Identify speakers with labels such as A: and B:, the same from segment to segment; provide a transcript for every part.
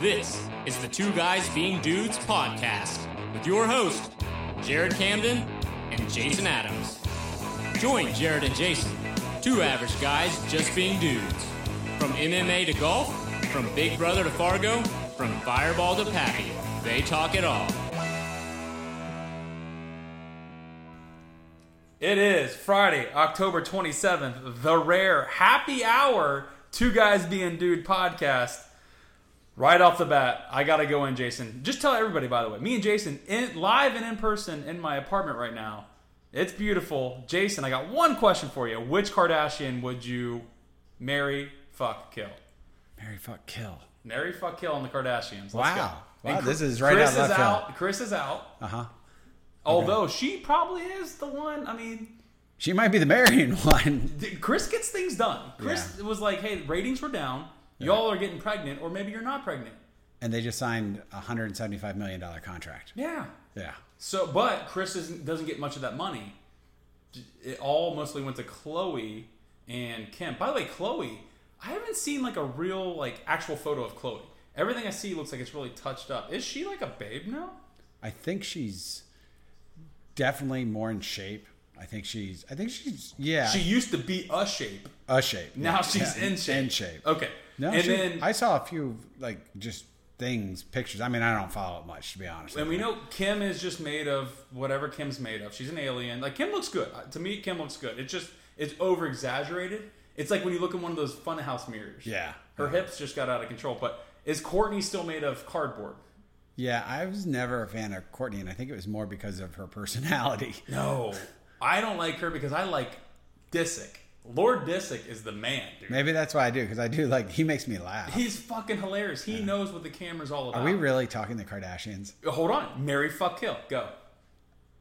A: This is the Two Guys Being Dudes podcast with your host, Jared Camden and Jason Adams. Join Jared and Jason, two average guys just being dudes. From MMA to golf, from Big Brother to Fargo, from Fireball to Pappy, they talk it all.
B: It is Friday, October 27th, the rare happy hour, Two Guys Being Dude podcast. Right off the bat, I got to go in, Jason. Just tell everybody, by the way, me and Jason, in, live and in person in my apartment right now. It's beautiful. Jason, I got one question for you. Which Kardashian would you marry, fuck, kill?
C: Mary fuck kill.
B: Marry, fuck, kill on the Kardashians. Let's
C: Wow.
B: go.
C: Wow,
B: And
C: this is right
B: Chris
C: out of
B: is
C: left
B: out.
C: field.
B: Chris is out.
C: Uh huh.
B: Although she probably is the one, I mean,
C: She might be the marrying one.
B: Dude, Chris gets things done. Chris
C: Yeah.
B: was like, "Hey, ratings were down. Y'all are getting pregnant, or maybe you're not pregnant."
C: And they just signed a $175 million contract.
B: Yeah.
C: Yeah.
B: So, but Chris isn't, doesn't get much of that money. It all mostly went to Chloe and Kim. By the way, Chloe, I haven't seen like a real like actual photo of Chloe. Everything I see looks like it's really touched up. Is she like a babe now?
C: I think she's definitely more in shape. I think she's, I think she's, yeah,
B: She used to be a shape.
C: a shape.
B: Now
C: Yeah.
B: she's
C: Yeah,
B: in shape.
C: In shape.
B: Okay.
C: No,
B: and
C: she-
B: then
C: I saw a few, like, just things, pictures. I mean, I don't follow it much, to be honest.
B: And
C: with
B: we
C: you.
B: know Kim is just made of whatever Kim's made of. She's an alien. Like Kim looks good. Uh, To me, Kim looks good. It's just it's over exaggerated. It's like when you look in one of those funhouse mirrors.
C: Yeah.
B: Her hips just got out of control. But is Courtney still made of cardboard?
C: Yeah, I was never a fan of Courtney, and I think it was more because of her personality.
B: No. I don't like her because I like Disick. Lord Disick is the man, dude.
C: Maybe that's why I do, because I do, like, he makes me laugh.
B: He's fucking hilarious. He knows what the camera's all about. Uh,
C: Are we really talking the Kardashians?
B: Hold on. Mary fuck kill. Go.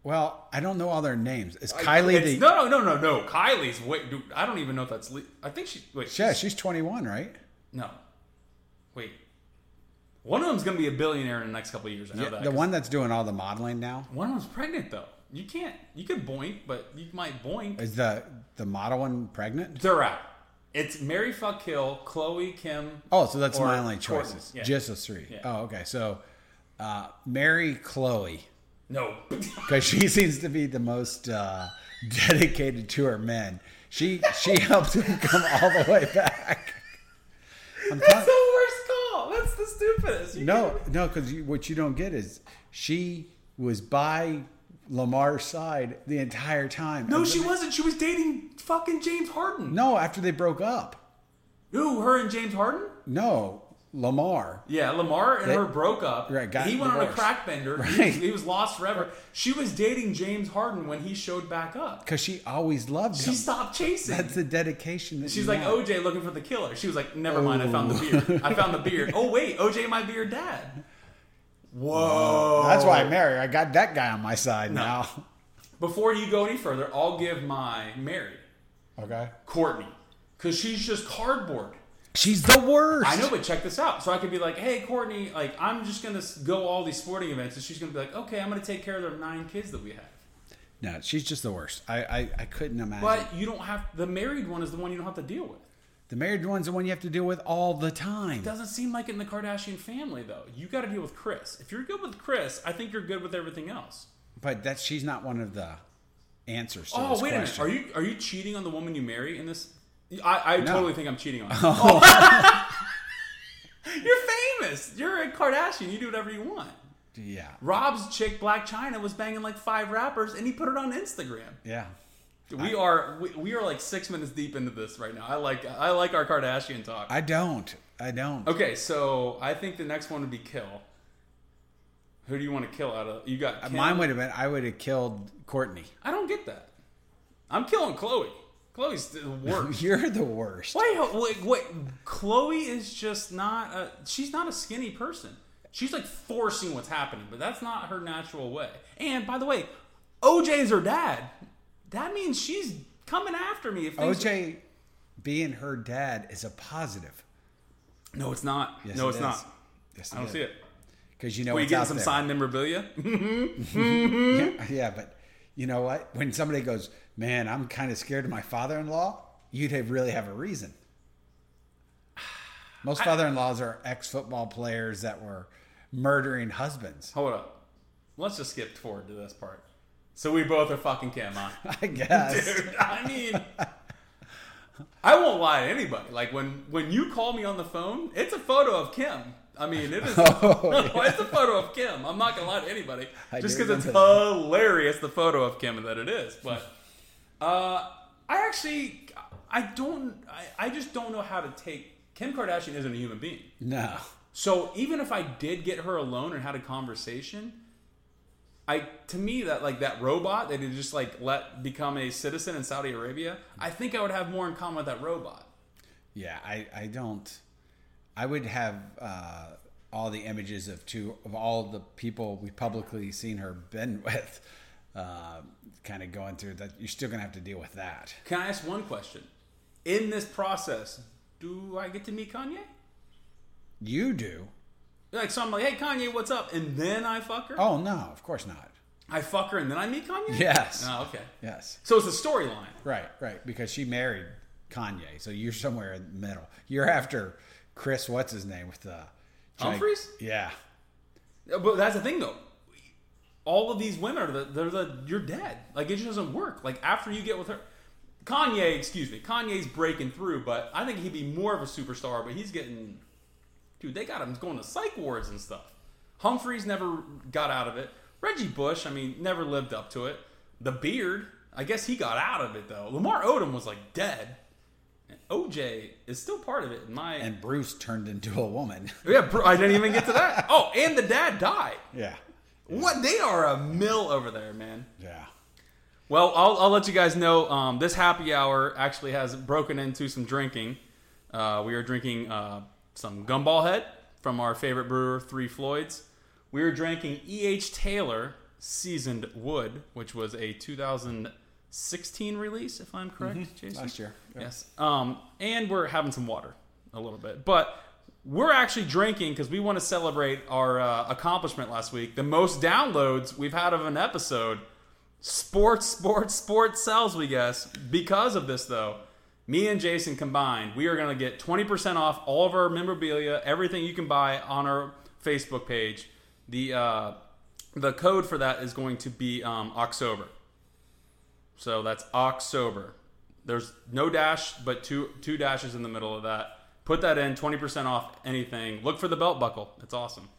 C: Well, I don't know all their names. Is Kylie
B: It's-
C: the?
B: No, no, no, no, no. Kylie's wait, dude. I don't even know if that's. Le- I think she. Wait.
C: yeah, she's 21, right?
B: No. Wait. One of them's going to be a billionaire in the next couple of years. I know
C: Yeah,
B: that.
C: the
B: 'cause
C: one that's doing all the modeling now
B: one of them's pregnant, though. You can't. You could boink, but you might boink.
C: is the the model one pregnant.
B: They're out. It's Mary fuck kill, Chloe Kim.
C: Oh, so that's
B: Or
C: my only
B: Courtney,
C: choices.
B: yeah.
C: Just those three.
B: Yeah.
C: Oh, okay. So, uh, marry Chloe
B: No.
C: because she seems to be the most uh, dedicated to her men. She she helped him come all the way back. I'm
B: That's
C: telling-
B: the worst call. That's the stupidest. You
C: no, no, because what you don't get is she was by Lamar's side the entire time.
B: No,
C: And
B: she wasn't. She was dating fucking James Harden.
C: No, after they broke up.
B: Ooh, her and James Harden?
C: No, Lamar.
B: Yeah, Lamar and
C: They-
B: her broke up.
C: Right, got
B: he went on a
C: divorced.
B: crack bender. He,
C: Right.
B: was, he was lost forever. She was dating James Harden when he showed back up.
C: Because she always loved
B: She
C: him.
B: stopped chasing.
C: That's the dedication that
B: She's
C: you
B: like
C: want.
B: OJ looking for the killer. She was like, never mind, I found the beard. I found the beard. Oh wait, OJ might be your dad. Whoa.
C: That's why I married. her. I got that guy on my side now.
B: Before you go any further, I'll give my Mary
C: Okay.
B: Courtney because she's just cardboard.
C: She's the worst.
B: I know, but check this out. So I could be like, hey Courtney, like I'm just gonna s- go all these sporting events, and she's gonna be like, okay, I'm gonna take care of their nine kids that we have.
C: No, she's just the worst. I, I, I couldn't imagine.
B: But you don't have the married one is the one you don't have to deal with.
C: the married one's the one you have to deal with all the time.
B: Doesn't seem like it in the Kardashian family though. You got to deal with Chris. If you're good with Chris, I think you're good with everything else.
C: But that she's not one of the answers to
B: Oh
C: this
B: wait
C: question.
B: a minute. Are you are you cheating on the woman you marry in this? I, I totally think I'm cheating on. her. You're famous. You're a Kardashian. You do whatever you want.
C: Yeah.
B: Rob's chick Black China was banging like five rappers, and he put it on Instagram.
C: Yeah.
B: We are we, we are like six minutes deep into this right now. I like I like our Kardashian talk.
C: I don't. I don't.
B: okay, so I think the next one would be kill. Who do you want to kill out of you got? Kim.
C: Uh, Mine would have been. I would have killed Courtney.
B: I don't get that. I'm killing Chloe. Chloe's the worst.
C: You're the worst.
B: Wait, wait, wait. Chloe is just not. A, she's not a skinny person. She's like forcing what's happening, but that's not her natural way. And by the way, OJ's her dad. That means she's coming after me. If things-
C: OJ being her dad is a positive.
B: no, it's not.
C: Yes,
B: no,
C: it
B: it's
C: is.
B: not.
C: Yes,
B: I don't see it.
C: Because you know
B: We
C: what's
B: getting
C: out
B: some Mm-hmm.
C: there.
B: signed memorabilia.
C: Yeah, yeah, but you know what? When somebody goes, "Man, I'm kind of scared of my father-in-law," you'd have really have a reason. Most father-in-laws are ex-football players that were murdering husbands.
B: Hold up. Let's just skip forward to this part. So we both are fucking Cam on.
C: I guess.
B: Dude, I mean, I won't lie to anybody. Like when when you call me on the phone, it's a photo of Kim. I mean, it is.
C: Oh,
B: it's a photo of Kim. I'm not gonna lie to anybody,
C: I
B: just
C: do
B: because it's
C: remember
B: hilarious the photo of Kim that it is. But uh, I actually, I don't. I, I just don't know how to take. Kim Kardashian isn't a human being.
C: No.
B: So even if I did get her alone and had a conversation, I to me that like that robot that they just like let become a citizen in Saudi Arabia, I think I would have more in common with that robot.
C: Yeah, I, I don't. I would have uh, all the images of two of all the people we publicly seen her been with, uh, kind of going through that. You're still gonna have to deal with that.
B: Can I ask one question? In this process, do I get to meet Kanye?
C: You do.
B: Like so I'm like, hey Kanye, what's up? And then I fuck her?
C: Oh no, of course not.
B: I fuck her and then I meet Kanye?
C: Yes.
B: Oh, okay.
C: Yes.
B: So it's a storyline.
C: Right. Right. Because she married Kanye, so you're somewhere in the middle. You're after Chris. What's his name with the
B: Humphries?
C: Yeah.
B: But that's the thing, though. All of these women are the they're the you're dead. Like it just doesn't work. Like after you get with her, Kanye, excuse me, Kanye's breaking through, but I think he'd be more of a superstar. But he's getting, dude, they got him going to psych wards and stuff. Humphreys never got out of it. Reggie Bush, I mean, never lived up to it. The beard, I guess he got out of it though. Lamar Odom was like dead, and OJ is still part of it in my.
C: And Bruce turned into a woman.
B: yeah, bro, I didn't even get to that. Oh, and the dad died.
C: yeah.
B: What they are a mill over there, man.
C: Yeah.
B: Well, I'll, I'll let you guys know. Um, this happy hour actually has broken into some drinking. Uh, we are drinking uh, some Gumball Head from our favorite brewer, Three Floyds. We are drinking E.H. Taylor Seasoned Wood, which was a 2016 release, if I'm correct, Jason.
C: Mm-hmm. Last year. Yeah.
B: Yes. Um, and we're having some water a little bit, but we're actually drinking because we want to celebrate our uh, accomplishment last week. The most downloads we've had of an episode. Sports, sports, sports sells, we guess. Because of this, though, me and Jason combined, we are going to get 20% off all of our memorabilia, everything you can buy on our Facebook page. The uh, the code for that is going to be um, October. So that's October. There's no dash, but two two dashes in the middle of that. Put that in, 20% off anything. Look for the belt buckle. It's awesome.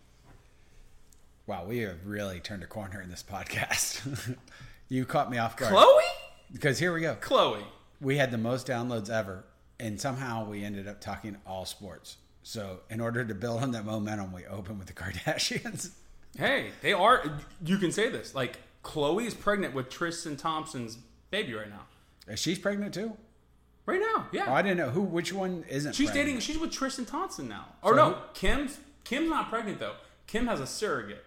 C: Wow, we have really turned a corner in this podcast. you caught me off guard.
B: Chloe?
C: Because here we go.
B: Chloe.
C: We had the most downloads ever, and somehow we ended up talking all sports. So, in order to build on that momentum, we opened with the Kardashians.
B: Hey, they are. You can say this. Like, Chloe is pregnant with Tristan Thompson's baby right now.
C: Is She's pregnant too.
B: Right now, yeah.
C: Oh, I didn't know who, which one isn't.
B: she's
C: pregnant.
B: dating. She's with Tristan Thompson now. Or
C: So
B: no,
C: who-
B: Kim's Kim's not pregnant though. Kim has a surrogate.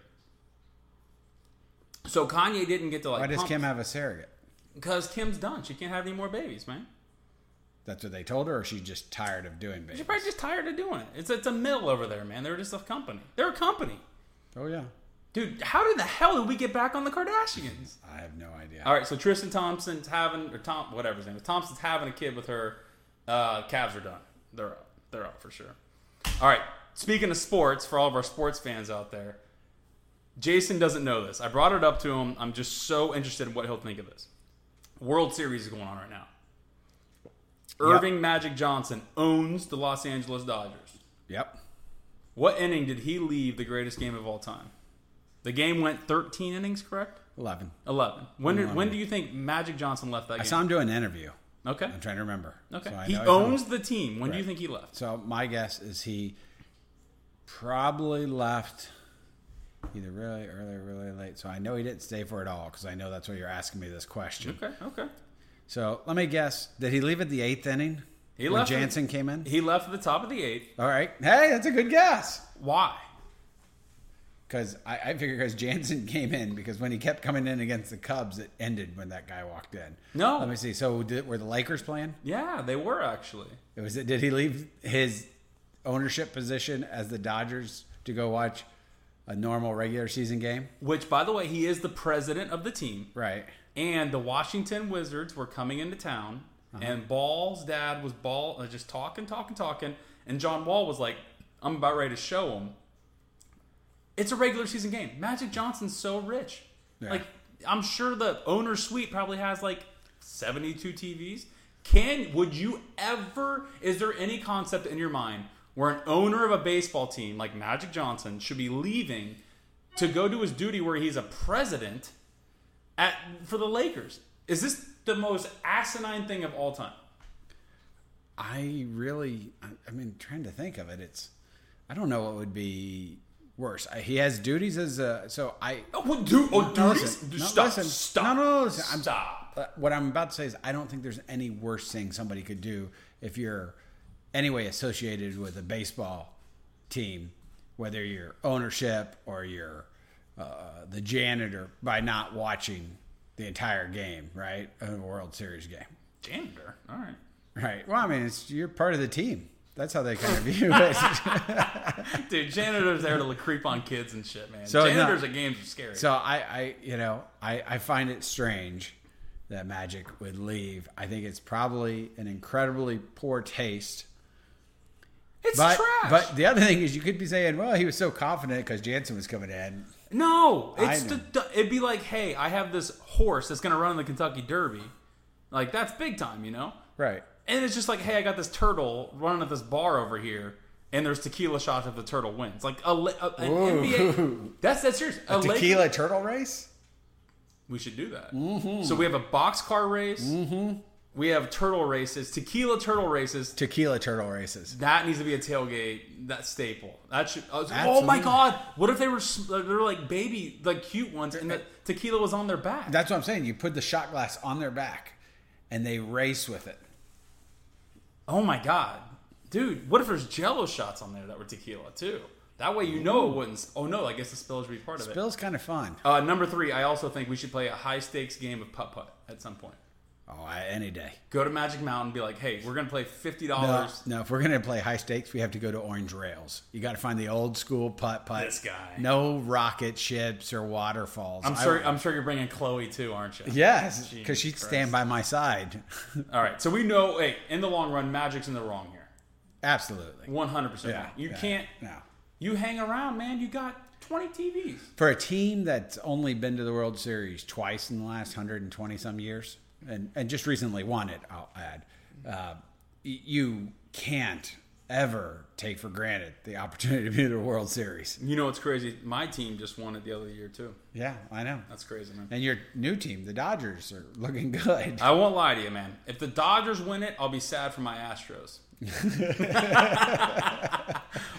B: So Kanye didn't get to like.
C: Why does Kim have a surrogate?
B: Because Kim's done. She can't have any more babies, man.
C: That's what they told her, or she's just tired of doing
B: She's
C: babies.
B: probably just tired of doing it. It's it's a mill over there, man. They're just a company. They're a company,
C: Oh yeah,
B: dude. How did the hell did we get back on the Kardashians?
C: I have no idea.
B: All right, so Tristan Thompson's having or Tom whatever his name is. Thompson's having a kid with her. Uh, Cavs are done. They're out. They're out for sure. All right. Speaking of sports, for all of our sports fans out there, Jason doesn't know this. I brought it up to him. I'm just so interested in what he'll think of this. World Series is going on right now. Irving Magic Johnson owns the Los Angeles Dodgers.
C: Yep.
B: What inning did he leave the greatest game of all time? The game went 13 innings, correct?
C: Eleven.
B: 11. When, did, when do you think Magic Johnson left that
C: I
B: game?
C: saw him do an interview.
B: okay.
C: I'm trying to remember.
B: Okay.
C: So I
B: he
C: know he's on-
B: owns the team. When do you
C: Right.
B: think he left?
C: So my guess is he probably left either really early or really late. So I know he didn't stay for it all because I know that's why you're asking me this question.
B: Okay, okay.
C: So let me guess. Did he leave at the eighth inning?
B: He
C: when
B: left-
C: Jansen came in.
B: He left at the top of the eighth.
C: all right. Hey, that's a good guess.
B: Why?
C: Because I, I figure because Jansen came in because when he kept coming in against the Cubs, it ended when that guy walked in.
B: No.
C: Let me see. So did, were the Lakers playing?
B: Yeah, they were actually.
C: It was. Did he leave his ownership position as the Dodgers to go watch a normal regular season game?
B: Which, by the way, he is the president of the team.
C: Right.
B: And the Washington Wizards were coming into town, and Ball's dad was Ball uh, just talking, talking, talking, And John Wall was like, I'm about ready to show him. It's a regular season game. Magic Johnson's so rich.
C: Yeah.
B: Like, I'm sure the owner suite probably has like 72 TVs. Can would you ever? Is there any concept in your mind where an owner of a baseball team like Magic Johnson should be leaving to go do his duty where he's a president at for the Lakers? Is this the most asinine thing of all time?
C: I really, I, I mean, trying to think of it, it's, I don't know what would be worse. I, he has duties as a, so I,
B: Oh, well, do, oh,
C: No,
B: do this?
C: listen.
B: Do-
C: No,
B: stop,
C: listen.
B: stop.
C: No, no, no, listen. I'm-
B: stop.
C: Uh, what I'm about to say is I don't think there's any worse thing somebody could do if you're anyway associated with a baseball team, whether you're ownership or you're uh, the janitor by not watching the entire game, right? A World Series game,
B: Janitor. All right.
C: right? Well, I mean, it's you're part of the team. That's how they kind of view it.
B: Dude, janitor's there to creep on kids and shit, man.
C: So, no.
B: Janitors at games are scary.
C: So I, I you know, I, I find it strange that Magic would leave. I think it's probably an incredibly poor taste.
B: it's
C: But
B: trash.
C: but the other thing is, you could be saying, well, he was so confident because Jansen was coming in.
B: No,
C: I
B: it's
C: know.
B: the, it'd be like, hey, I have this horse that's gonna run the Kentucky Derby, like that's big time, you know.
C: Right.
B: And it's just like, hey, I got this turtle running at this bar over here, and there's tequila shots if the turtle wins. Like a, la- a- an
C: Ooh.
B: NBA, that's that's serious. A Laker-
C: Tequila turtle race.
B: we should do that.
C: Mm-hmm.
B: So we have a boxcar race. We have turtle races, tequila turtle races.
C: Tequila turtle races.
B: That needs to be a tailgate. That staple. That should. I was- oh my
C: Absolutely.
B: god! What if they were s- they were like baby, like cute ones, and the tequila was on their back?
C: That's what I'm saying. You put the shot glass on their back, and they race with it.
B: Oh my god, dude! What if there's Jello shots on there that were tequila too? That way you know it wouldn't. Oh no, I guess the spills would be part of it.
C: Bill's kind of fun.
B: Uh, number three, I also think we should play a high stakes game of putt putt at some point.
C: Oh, I, any day.
B: Go to Magic Mountain, and be like, hey, we're gonna play fifty
C: No,
B: dollars.
C: no, if we're gonna play high stakes, we have to go to Orange Rails. You got to find the old school putt putt.
B: This guy.
C: No rocket ships or waterfalls.
B: I'm sure. I'm sure you're bringing Chloe too, aren't you?
C: yes,
B: Jesus
C: because she'd
B: Christ.
C: stand by my side.
B: All right. So we know. Hey, in the long run, Magic's in the wrong here.
C: Absolutely.
B: One hundred percent.
C: Yeah.
B: You
C: yeah,
B: can't.
C: No.
B: You hang around, man. You got twenty TVs.
C: For a team that's only been to the World Series twice in the last hundred and twenty some years, and and just recently won it, I'll add. Uh, y- you can't ever take for granted the opportunity to be in a World Series.
B: You know what's crazy? My team just won it the other year too.
C: Yeah, I know.
B: That's crazy, man.
C: And your new team, the Dodgers, are looking good.
B: I won't lie to you, man. If the Dodgers win it, I'll be sad for my Astros.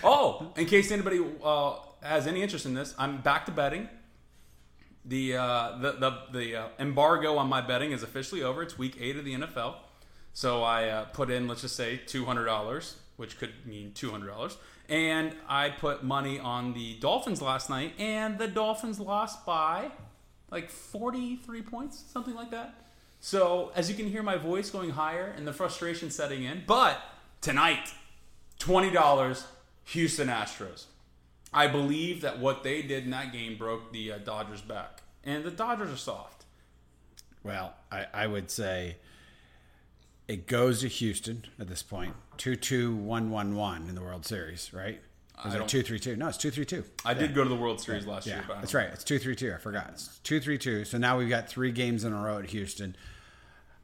B: oh, in case anybody uh, has any interest in this, I'm back to betting. The uh, the the, the uh, embargo on my betting is officially over. It's week eight of the NFL, so I uh, put in let's just say two hundred dollars, which could mean two hundred dollars, and I put money on the Dolphins last night, and the Dolphins lost by like forty three points, something like that. So as you can hear, my voice going higher and the frustration setting in. But tonight, twenty dollars, Houston Astros. I believe that what they did in that game broke the uh, Dodgers back, and the Dodgers are soft.
C: Well, I, I would say it goes to Houston at this point. Two two one one one in the World Series, right? Or Is
B: I
C: it
B: don't-
C: two three two? No, it's two three two.
B: I did go to the World Series last
C: Yeah,
B: year. but I
C: that's
B: don't-
C: right. It's two three two. I forgot. It's two three two. So now we've got three games in a row at Houston.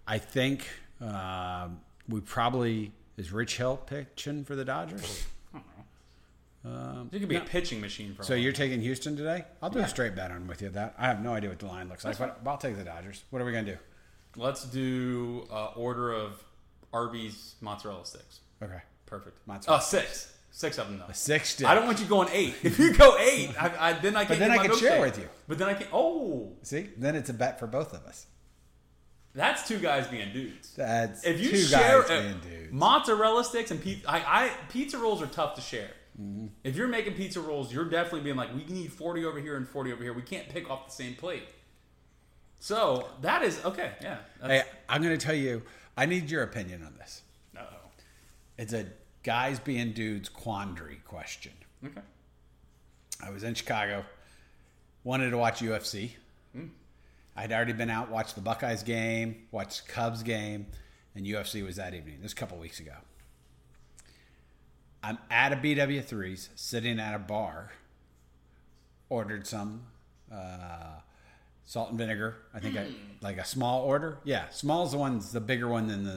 C: I think um, we probably is Rich Hill pitching for the Dodgers.
B: It could be a pitching machine for.
C: So
B: a while.
C: you're taking Houston today? I'll do a straight bet on with you. That I have no idea what the line looks like, but I'll take the Dodgers. What are we gonna do?
B: Let's do uh, order of Arby's mozzarella sticks.
C: Okay,
B: Perfect.
C: Mozzarella
B: Uh, six, six of them though.
C: six. to-
B: I don't want you going eight. If you go eight, I, I, then I can.
C: then I can share with you.
B: But then I can. Oh,
C: see. Then it's a bet for both of us.
B: that's two guys being dudes.
C: That's
B: If you
C: two
B: share
C: guys
B: uh,
C: in, dude.
B: mozzarella sticks and pizza, I, I pizza rolls are tough to share.
C: Mm-hmm.
B: If you're making pizza rolls, you're definitely being like, we need 40 over here and 40 over here. We can't pick off the same plate. So that is okay. Yeah.
C: Hey,
B: That's,
C: I'm going to tell you. I need your opinion on this.
B: Uh-oh.
C: It's a guys being dudes quandary question.
B: Okay.
C: I was in Chicago, wanted to watch UFC.
B: Hmm.
C: I'd already been out, watched the Buckeyes game, watched the Cubs game, and UFC was that evening. This was a couple weeks ago. I'm at a BW3's, sitting at a bar, ordered some uh, salt and vinegar. I think I
B: Hmm.
C: like a small order. Yeah, small's the one's the bigger one than the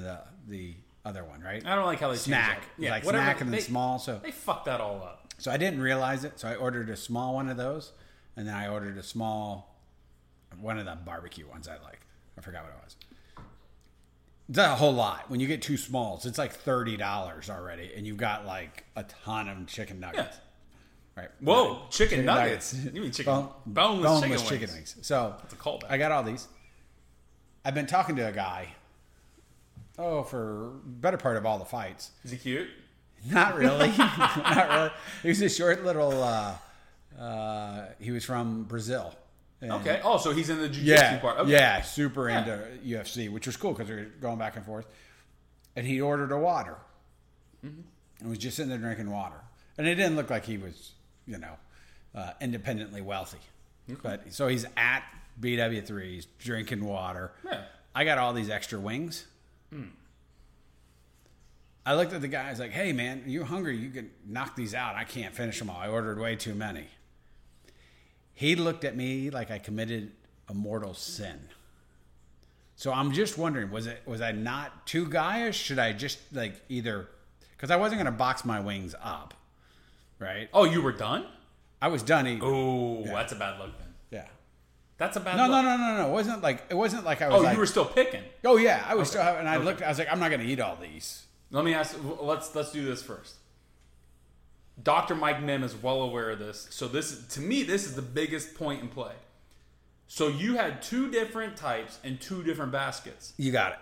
C: the, the other one, right?
B: I don't like how they change
C: snack,
B: that. Yeah,
C: like
B: whatever.
C: snack and then
B: They-
C: small. So
B: They fucked that all up.
C: so I didn't realize it. So I ordered a small one of those, and then I ordered a small one of the barbecue ones I like. I forgot what it was. It's a whole lot. When you get two smalls, it's like thirty dollars already, and you've got like a ton of chicken nuggets. Right.
B: Whoa, chicken, nuggets.
C: nuggets.
B: You mean chicken
C: Bone-
B: boneless,
C: boneless
B: chicken,
C: chicken
B: wings.
C: wings. So
B: a callback.
C: I got all these. I've been talking to a guy. Oh, for better part of all the fights.
B: Is he cute?
C: Not really. Not really. He was a short little. Uh, uh, he was from Brazil. And-
B: Okay. Oh, so he's in the jiu-jitsu
C: Yeah.
B: part. Okay.
C: Yeah. Super into UFC, which was cool because we were going back and forth. And he ordered a water, and was just sitting there drinking water. And it didn't look like he was, you know, uh, independently wealthy. But so he's at BW3. He's drinking water.
B: Yeah.
C: I got all these extra wings. I looked at the guy. I was like, "Hey, man, you hungry? You can knock these out. I can't finish them all. I ordered way too many." He looked at me like I committed a mortal sin. So I'm just wondering, was it was I not too guyish? Should I just like either because I wasn't going to box my wings up, right?
B: Oh, you were done?
C: I was done eating.
B: Oh, that's a bad look then.
C: Yeah.
B: That's a bad
C: No,
B: look.
C: no, no, no, no. It wasn't like it wasn't like I
B: Oh,
C: was. like,
B: you were still picking.
C: Oh yeah, I was still having. And I looked. I was like, I'm not going to eat all these.
B: Let me ask. Let's let's do this first. Dr. Mike Mim is well aware of this, so this is, to me this is the biggest point in play. So you had two different types and two different baskets.
C: You got it.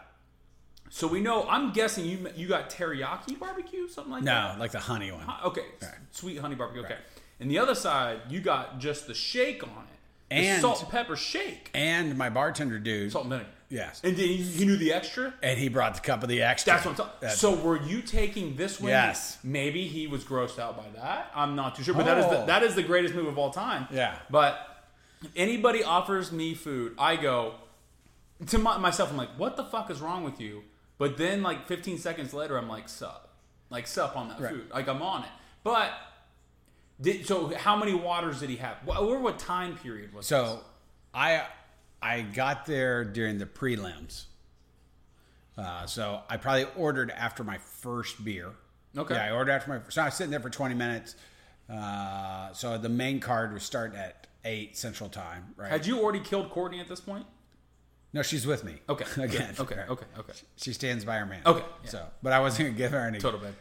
B: So we know. I'm guessing you you got teriyaki barbecue, something like that.
C: No, like the honey one.
B: Okay, sweet honey barbecue. Okay. And the other side, you got just the shake on it, the
C: And-
B: salt and pepper shake,
C: And my bartender dude.
B: salt and vinegar.
C: Yes.
B: And then you- you knew the extra.
C: And he brought the cup of the extra.
B: That's what I'm talking.
C: That's-
B: so were you taking this wing?
C: Yes.
B: Maybe he was grossed out by that. I'm not too sure, but that is the,
C: Oh.
B: that is the greatest move of all time.
C: Yeah.
B: But if anybody offers me food, I go to my, myself. I'm like, what the fuck is wrong with you? But then like 15 seconds later, I'm like, sup, like sup on that
C: Right.
B: food. Like I'm on it. But did, so how many waters did he have? Wh- Or what time period was this?
C: So, I I got there during the prelims. Uh, so I probably ordered after my first beer.
B: Okay.
C: Yeah, I ordered after my. So I was sitting there for 20 minutes. Uh, so the main card was starting at eight Central Time. Right.
B: Had you already killed Courtney at this point?
C: no, she's with me.
B: Okay.
C: Again.
B: Okay.
C: Right.
B: Okay. Okay.
C: She stands by her man.
B: Okay, yeah.
C: So, but I wasn't gonna give her any
B: Total bad.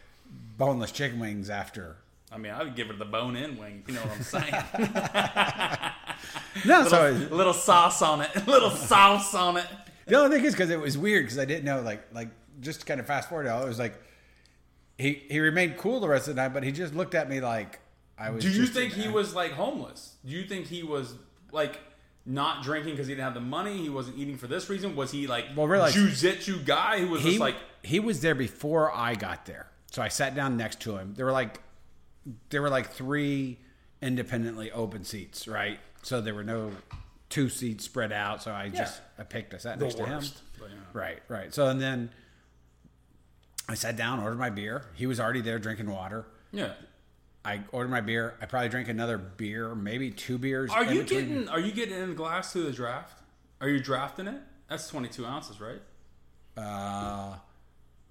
C: boneless chicken wings after.
B: I mean, I would give her the bone in wing. You know what I'm saying?
C: No, so
B: little, little sauce on it. Little sauce on it.
C: The only thing is because it was weird because I didn't know like like just kind of fast forward it all, it was like he he remained cool the rest of the night, but he just looked at me like I was.
B: Do you
C: just
B: think
C: an-
B: he was like homeless? Do you think he was like not drinking because he didn't have the money? He wasn't eating for this reason. Was he like
C: Well, realize-
B: jujitsu guy who was
C: He
B: just like
C: he was there before I got there, so I sat down next to him. There were like there were like three independently open seats, right? So there were no two seats spread out. So I just I picked I sat
B: the
C: next to him.
B: worst? But, yeah.
C: Right, right. So and then I sat down, ordered my beer. He was already there drinking water.
B: Yeah.
C: I ordered my beer. I probably drank another beer, maybe two beers.
B: Are
C: in
B: you
C: between.
B: getting Are you getting in the glass through the draft? Are you drafting it? That's 22 ounces, right?
C: Uh,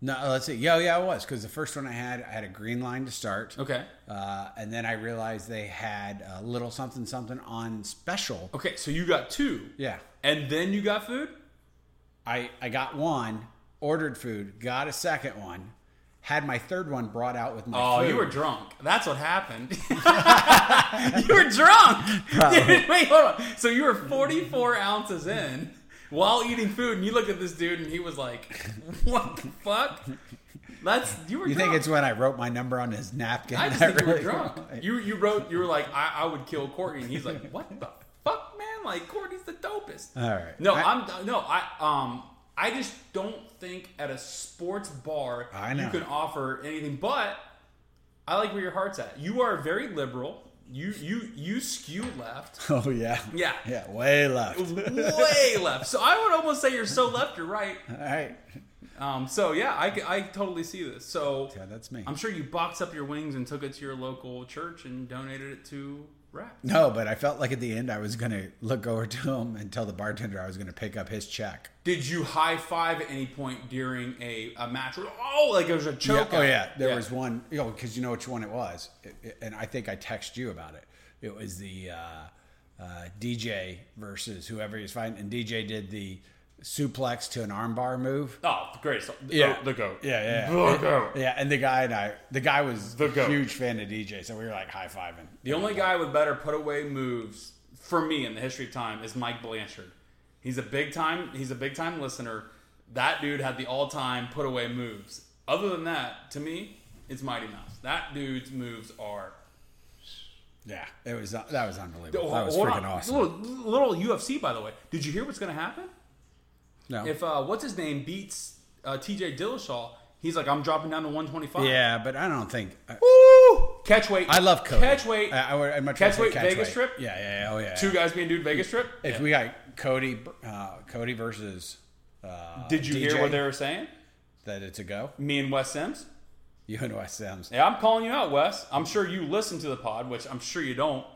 C: no, uh, let's see. Yeah, yeah, I was because the first one I had, I had a green line to start.
B: Okay.
C: Uh, and then I realized they had a little something something on special.
B: Okay. So you got two.
C: Yeah,
B: And then you got food.
C: I I got one, ordered food, got a second one, had my third one brought out with my.
B: Oh,
C: food.
B: you were drunk. That's what happened. you were drunk. Dude, wait, hold on. So you were 44 ounces in while eating food, and you looked at this dude, and he was like, "What the fuck?" That's you were.
C: You
B: drunk.
C: think it's when I wrote my number on his napkin?
B: I just think you were
C: really-
B: drunk. You you wrote you were like, "I, I would kill Courtney," and he's like, "What the fuck, man? Like Courtney's the dopest."
C: All right.
B: No,
C: I-
B: I'm no, I um, I just don't think at a sports bar
C: I know.
B: you can offer anything. But I like where your heart's at. You are very liberal. You you you skew left,
C: Oh yeah.
B: Yeah.
C: Yeah. Way left. All
B: way left. So I would almost say you're so left or right.
C: right.
B: Um, so yeah, I, c- I totally see this. So
C: Yeah, that's me.
B: I'm sure you boxed up your wings and took it to your local church and donated it to rats.
C: no, but I felt like at the end I was going to look over to him and tell the bartender I was going to pick up his check.
B: Did you high five at any point during a, a match? Where, oh, like it was a choke.
C: Yeah. Oh
B: out.
C: yeah, there was one. You know, because you know which one it was, It- it- and I think I text you about it. It was the uh, uh, DJ versus whoever he's fighting, and DJ did the suplex to an armbar move.
B: Oh, great! So,
C: Yeah.
B: oh, the goat.
C: Yeah, yeah, yeah.
B: the goat.
C: Yeah, and the guy and I, the guy was
B: The
C: a
B: goat.
C: huge fan of DJ, so we were like high fiving.
B: The only guy with better put away moves for me in the history of time is Mike Blanchard. He's a big time. He's a big time listener. That dude had the all time put away moves. Other than that, to me, it's Mighty Mouse. That dude's moves are.
C: Yeah, it was uh, that was unbelievable. that was
B: Hold on.
C: freaking awesome.
B: Little, little UFC, by the way. Did you hear what's going to happen?
C: no.
B: If uh, what's his name beats uh, T.J. Dillashaw, he's like, I'm dropping down to 125.
C: yeah, but I don't think uh, I,
B: Woo! Catch weight.
C: I love Cody.
B: Catch weight.
C: I, I would I'd much
B: Catch
C: rather
B: weight,
C: catch
B: Vegas
C: weight.
B: strip?
C: Yeah, yeah, yeah, oh yeah.
B: Two guys being dude Vegas trip.
C: If we got Cody, uh, Cody versus uh,
B: Did you hear
C: DJ,
B: what they were saying?
C: that it's a go?
B: Me and Wes Sims.
C: You and Wes Sims.
B: Yeah, I'm calling you out, Wes. I'm sure you listen to the pod, which I'm sure you don't.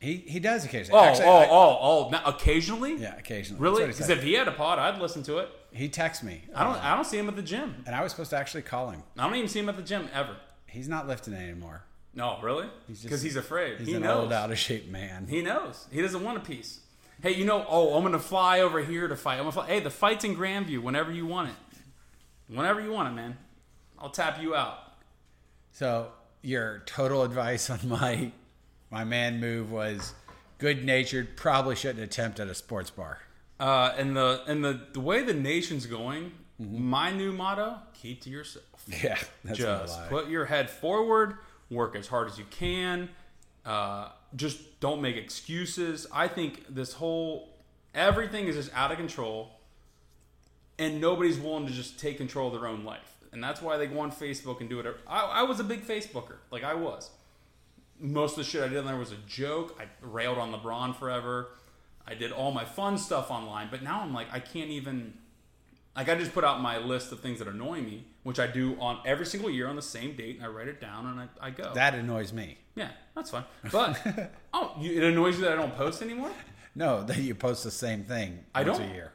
C: He he does occasionally.
B: Oh,
C: Actually,
B: oh,
C: I-
B: oh, oh, Now, occasionally.
C: yeah, occasionally.
B: Really?
C: That's
B: Because
C: what he,
B: if he had a pod, I'd listen to it.
C: said. he texts me, Uh,
B: I don't. I don't see him at the gym.
C: and I was supposed to actually call him.
B: I don't even see him at the gym ever.
C: He's not lifting anymore.
B: No, really?
C: just-
B: Because he's, afraid.
C: He's
B: he
C: an
B: knows.
C: old, out of shape man.
B: He knows. He doesn't want a piece. Hey, you know? Oh, I'm gonna fly over here to fight. I'm gonna fly. Hey, the fight's in Grandview. Whenever you want it. Whenever you want it, man. I'll tap you out.
C: so your total advice on my my man move was good natured. Probably shouldn't attempt at a sports bar.
B: Uh, and the and the, the way the nation's going, my new motto: keep to yourself.
C: Yeah, that's not a
B: Just
C: lie.
B: put your head forward, work as hard as you can. Uh, just don't make excuses. I think this whole everything is just out of control, and nobody's willing to just take control of their own life. And that's why they go on Facebook and do whatever. I, I was a big Facebooker, like I was. Most of the shit I did on there was a joke. I railed on LeBron forever. I did all my fun stuff online, but now I'm like, I can't even like I just put out my list of things that annoy me, which I do on every single year on the same date, and I write it down and I, I go.
C: that annoys me.
B: yeah, that's fine. But oh, you, it annoys you that I don't post anymore.
C: No, that you post the same thing
B: I
C: once
B: don't.
C: a year.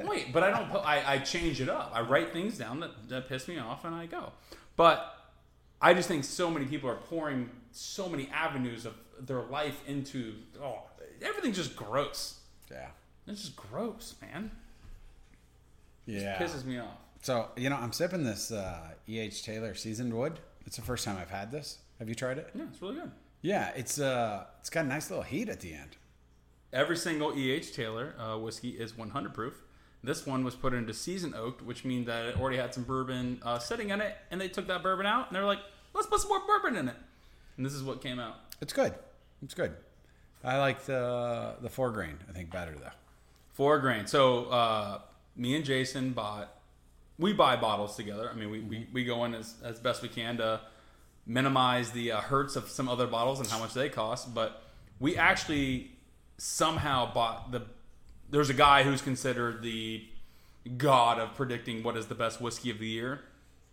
B: Wait, but I don't. Po- I I change it up. I write things down that that piss me off, and I go. But I just think so many people are pouring so many avenues of their life into. Oh, everything's just gross.
C: Yeah,
B: It's just gross, man.
C: yeah.
B: Pisses me off.
C: So you know, I'm sipping this uh, E.H. Taylor seasoned wood. It's the first time I've had this. Have you tried it?
B: Yeah, it's really good.
C: Yeah, it's uh, it's got a nice little heat at the end.
B: Every single EH Taylor uh, whiskey is 100 proof. This one was put into seasoned oaked, which means that it already had some bourbon uh, sitting in it, and they took that bourbon out and they're like, let's put some more bourbon in it. And this is what came out.
C: It's good. It's good. I like the the four grain. I think better though.
B: Four grain. So uh, me and Jason bought. We buy bottles together. I mean, we,
C: Mm-hmm.
B: we, we go in as, as best we can to minimize the uh, hurts of some other bottles and how much they cost. But we actually somehow bought the. There's a guy who's considered the god of predicting what is the best whiskey of the year,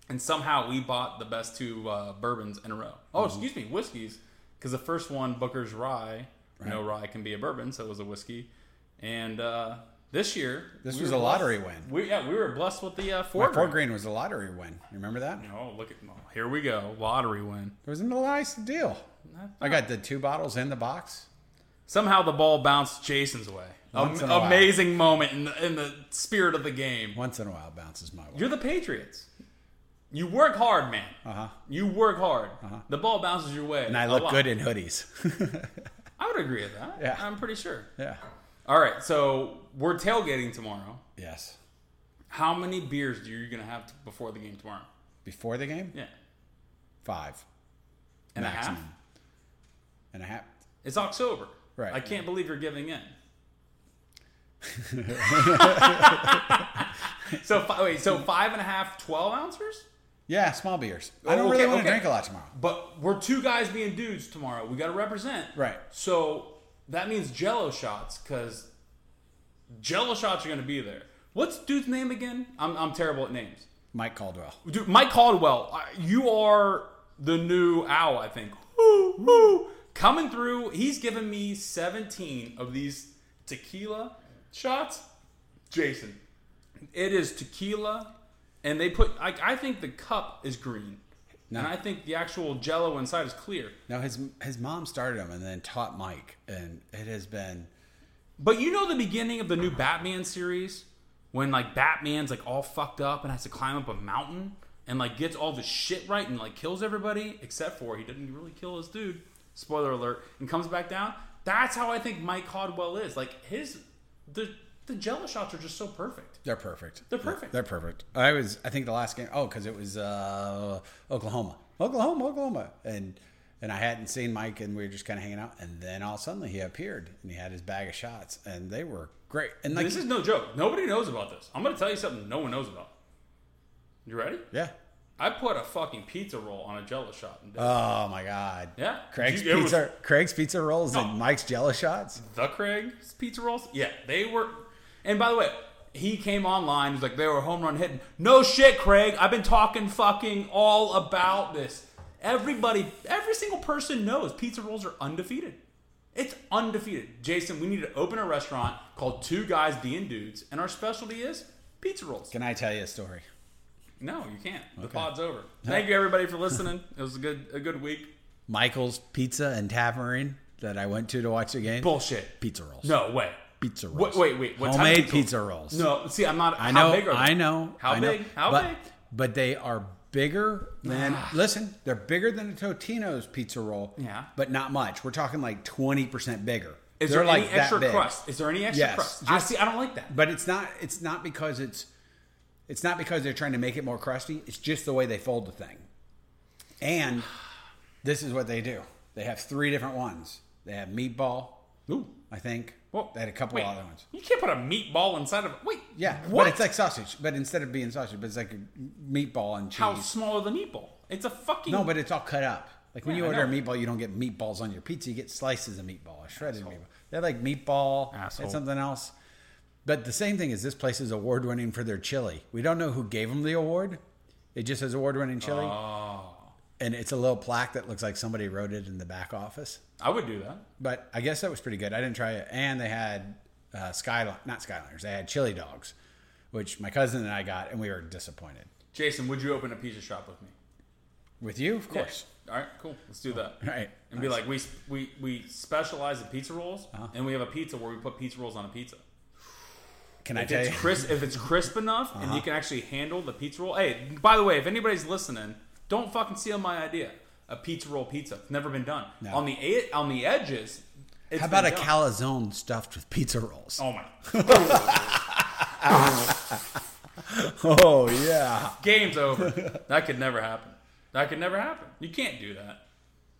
B: and somehow we bought the best two uh, bourbons in a row. Oh,
C: Mm-hmm.
B: excuse me, whiskeys, because the first one Booker's Rye. No rye can be a bourbon, so it was a whiskey. And uh, this year,
C: This
B: we
C: was
B: were
C: a lottery
B: blessed-
C: win.
B: We, yeah, we were blessed with the uh, four.
C: My four
B: grand.
C: grain was a lottery win. You remember that? It
B: Oh, look at oh, here we go, lottery win.
C: was a nice deal. I got the two bottles in the box.
B: Somehow the ball bounced Jason's way.
C: Once
B: Am-
C: in a while.
B: amazing moment in the, in the spirit of the game.
C: Once in a while, bounces my way.
B: You're the Patriots. You work hard, man.
C: Uh huh.
B: You work hard. The ball bounces your way.
C: Uh-huh. And I look good in hoodies.
B: I would agree with that.
C: Yeah.
B: I'm pretty sure.
C: yeah.
B: All right, so we're tailgating tomorrow.
C: Yes.
B: How many beers do you gonna have t- before the game tomorrow?
C: Before the game,
B: Yeah,
C: five
B: and a half.
C: Maximum. and a half.
B: It's October.
C: Right.
B: I can't believe you're giving in. so fi- wait, so five and a half, 12 ounces?
C: Yeah, small beers. I don't
B: Oh, Okay,
C: really want
B: okay.
C: to drink a lot tomorrow.
B: But we're two guys being dudes tomorrow. We got to represent.
C: Right.
B: So that means Jello shots because Jello shots are going to be there. What's dude's name again? I'm, I'm terrible at names.
C: Mike Caldwell.
B: Dude, Mike Caldwell, I- you are the new owl, I think. Woo, woo. Coming through, he's given me 17 of these tequila shots. Jason, it is tequila, and they put, I, I think the cup is green. And I think the actual jello inside is clear.
C: No, his his mom started him and then taught Mike, and it has been
B: But you know the beginning of the new Batman series when like Batman's like all fucked up and has to climb up a mountain and like gets all the shit right and like kills everybody except for he didn't really kill his dude. Spoiler alert! And comes back down. That's how I think Mike Caldwell is. Like his the the jello shots are just so perfect.
C: they're perfect.
B: They're perfect.
C: They're perfect. I was I think the last game oh because it was uh, Oklahoma, Oklahoma, Oklahoma, and and I hadn't seen Mike and we were just kind of hanging out, and then all of a sudden he appeared and he had his bag of shots and they were great. And like
B: This is no joke. Nobody knows about this. I'm gonna tell you something no one knows about. You ready?
C: yeah,
B: I put a fucking pizza roll on a jello shot. And did it.
C: oh my god,
B: yeah,
C: Craig's
B: You- it was-
C: pizza, Craig's pizza rolls
B: No.
C: and Mike's jello shots.
B: the Craig's pizza rolls. Yeah, they were. And by the way, he came online. He's like, they were home run hitting. No shit, Craig. I've been talking fucking all about this. Everybody, every single person knows pizza rolls are undefeated. It's undefeated. Jason, we need to open a restaurant called Two Guys Being Dudes, and our specialty is pizza rolls.
C: Can I tell you a story?
B: No, you can't. The pod's over. Thank you everybody for listening. It was a good a good week.
C: Michael's Pizza and Tavern that I went to to watch the game.
B: Bullshit.
C: Pizza rolls.
B: No way.
C: pizza
B: Wait,
C: rolls.
B: wait, wait. What type of
C: Homemade
B: pizza
C: pizza rolls.
B: No, see, I'm not. how
C: I know.
B: big are they?
C: I know.
B: How
C: I know,
B: big? How
C: but,
B: big? Ah.
C: But they are bigger than. listen, they're bigger than a Totino's pizza roll.
B: Yeah.
C: But not much. We're talking like twenty percent bigger.
B: Is
C: they're
B: there
C: like
B: any
C: that
B: extra
C: big.
B: crust? Is there any extra
C: Yes.
B: crust? I see. I don't like that.
C: But it's not. It's not because it's. It's not because they're trying to make it more crusty. It's just the way they fold the thing. And this is what they do. They have three different ones. They have meatball.
B: Ooh.
C: I think.
B: Well,
C: they had a couple
B: wait,
C: other ones.
B: You can't put a meatball inside of. Wait.
C: Yeah,
B: What?
C: but it's like sausage, but instead of being sausage, but it's like a meatball and cheese.
B: how small are the meatball? It's a fucking.
C: No, but it's all cut up. Like when
B: Yeah,
C: you
B: I
C: order a
B: know.
C: meatball, you don't get meatballs on your pizza. You get slices of meatball, or shredded meatball. They're like meatball
B: Asshole.
C: and something else. But the same thing is this place is award winning for their chili. We don't know who gave them the award. It just says award winning chili.
B: Oh.
C: And it's a little plaque that looks like somebody wrote it in the back office.
B: I would do that.
C: But I guess that was pretty good. I didn't try it. And they had uh, skyline, not skyliners. They had chili dogs, which my cousin and I got, and we were disappointed.
B: Jason, would you open a pizza shop with me?
C: With you, of course.
B: Yeah. All right. Cool. Let's do that.
C: All right.
B: And be like, we we we specialize in pizza rolls,
C: Uh-huh.
B: and we have a pizza where we put pizza rolls on a pizza.
C: Can I
B: If
C: tell you?
B: it's crisp, if it's crisp enough and
C: Uh-huh.
B: you can actually handle the pizza roll. Hey, by the way, if anybody's listening, don't fucking steal my idea. A pizza roll pizza. It's never been done.
C: No.
B: On the e- on the edges. It's
C: How about a
B: been done.
C: calzone stuffed with pizza rolls?
B: Oh my!
C: Oh, yeah.
B: Game's over. that could never happen. That could never happen. You can't do that.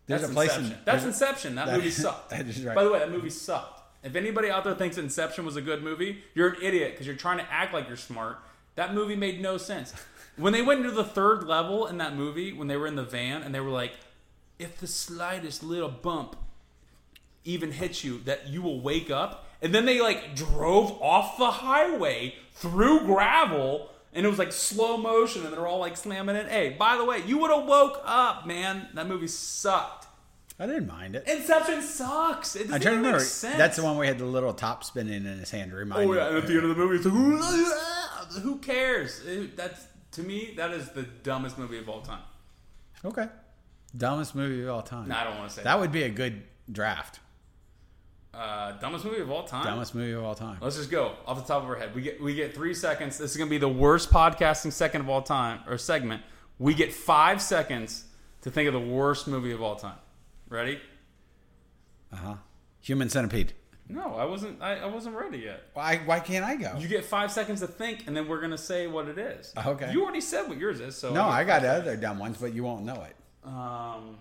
C: There's
B: That's
C: a place
B: Inception.
C: in
B: That's
C: there's-
B: Inception. That,
C: that-
B: movie sucked.
C: that is right.
B: By the way, that movie sucked. If anybody out there thinks Inception was a good movie, you're an idiot because you're trying to act like you're smart. That movie made no sense. When they went into the third level in that movie, when they were in the van and they were like, if the slightest little bump even hits you, that you will wake up. And then they like drove off the highway through gravel and it was like slow motion and they're all like slamming it. Hey, by the way, you would have woke up, man. That movie sucked.
C: I didn't mind it.
B: Inception sucks. It doesn't
C: I'm trying to
B: even
C: remember.
B: make sense.
C: That's the one where he had the little top spinning in his hand to remind
B: Oh yeah, and
C: you.
B: at the end of the movie, it's like, who cares? It- that's to me, that is the dumbest movie of all time.
C: Okay. Dumbest movie of all time.
B: No, I don't want to say
C: That would be a good draft.
B: that. Uh, dumbest movie of all time.
C: Dumbest movie of all time.
B: Let's just go off the top of our head. We get we get three seconds. This is gonna be the worst podcasting second of all time or segment. We get five seconds to think of the worst movie of all time. Ready?
C: Uh huh. Human Centipede.
B: No, I wasn't. I, I wasn't ready yet.
C: Why, why can't I go?
B: You get five seconds to think, and then we're gonna say what it is.
C: Okay.
B: You already said what yours is. So
C: no, I got other dumb ones, but you won't know it.
B: Um.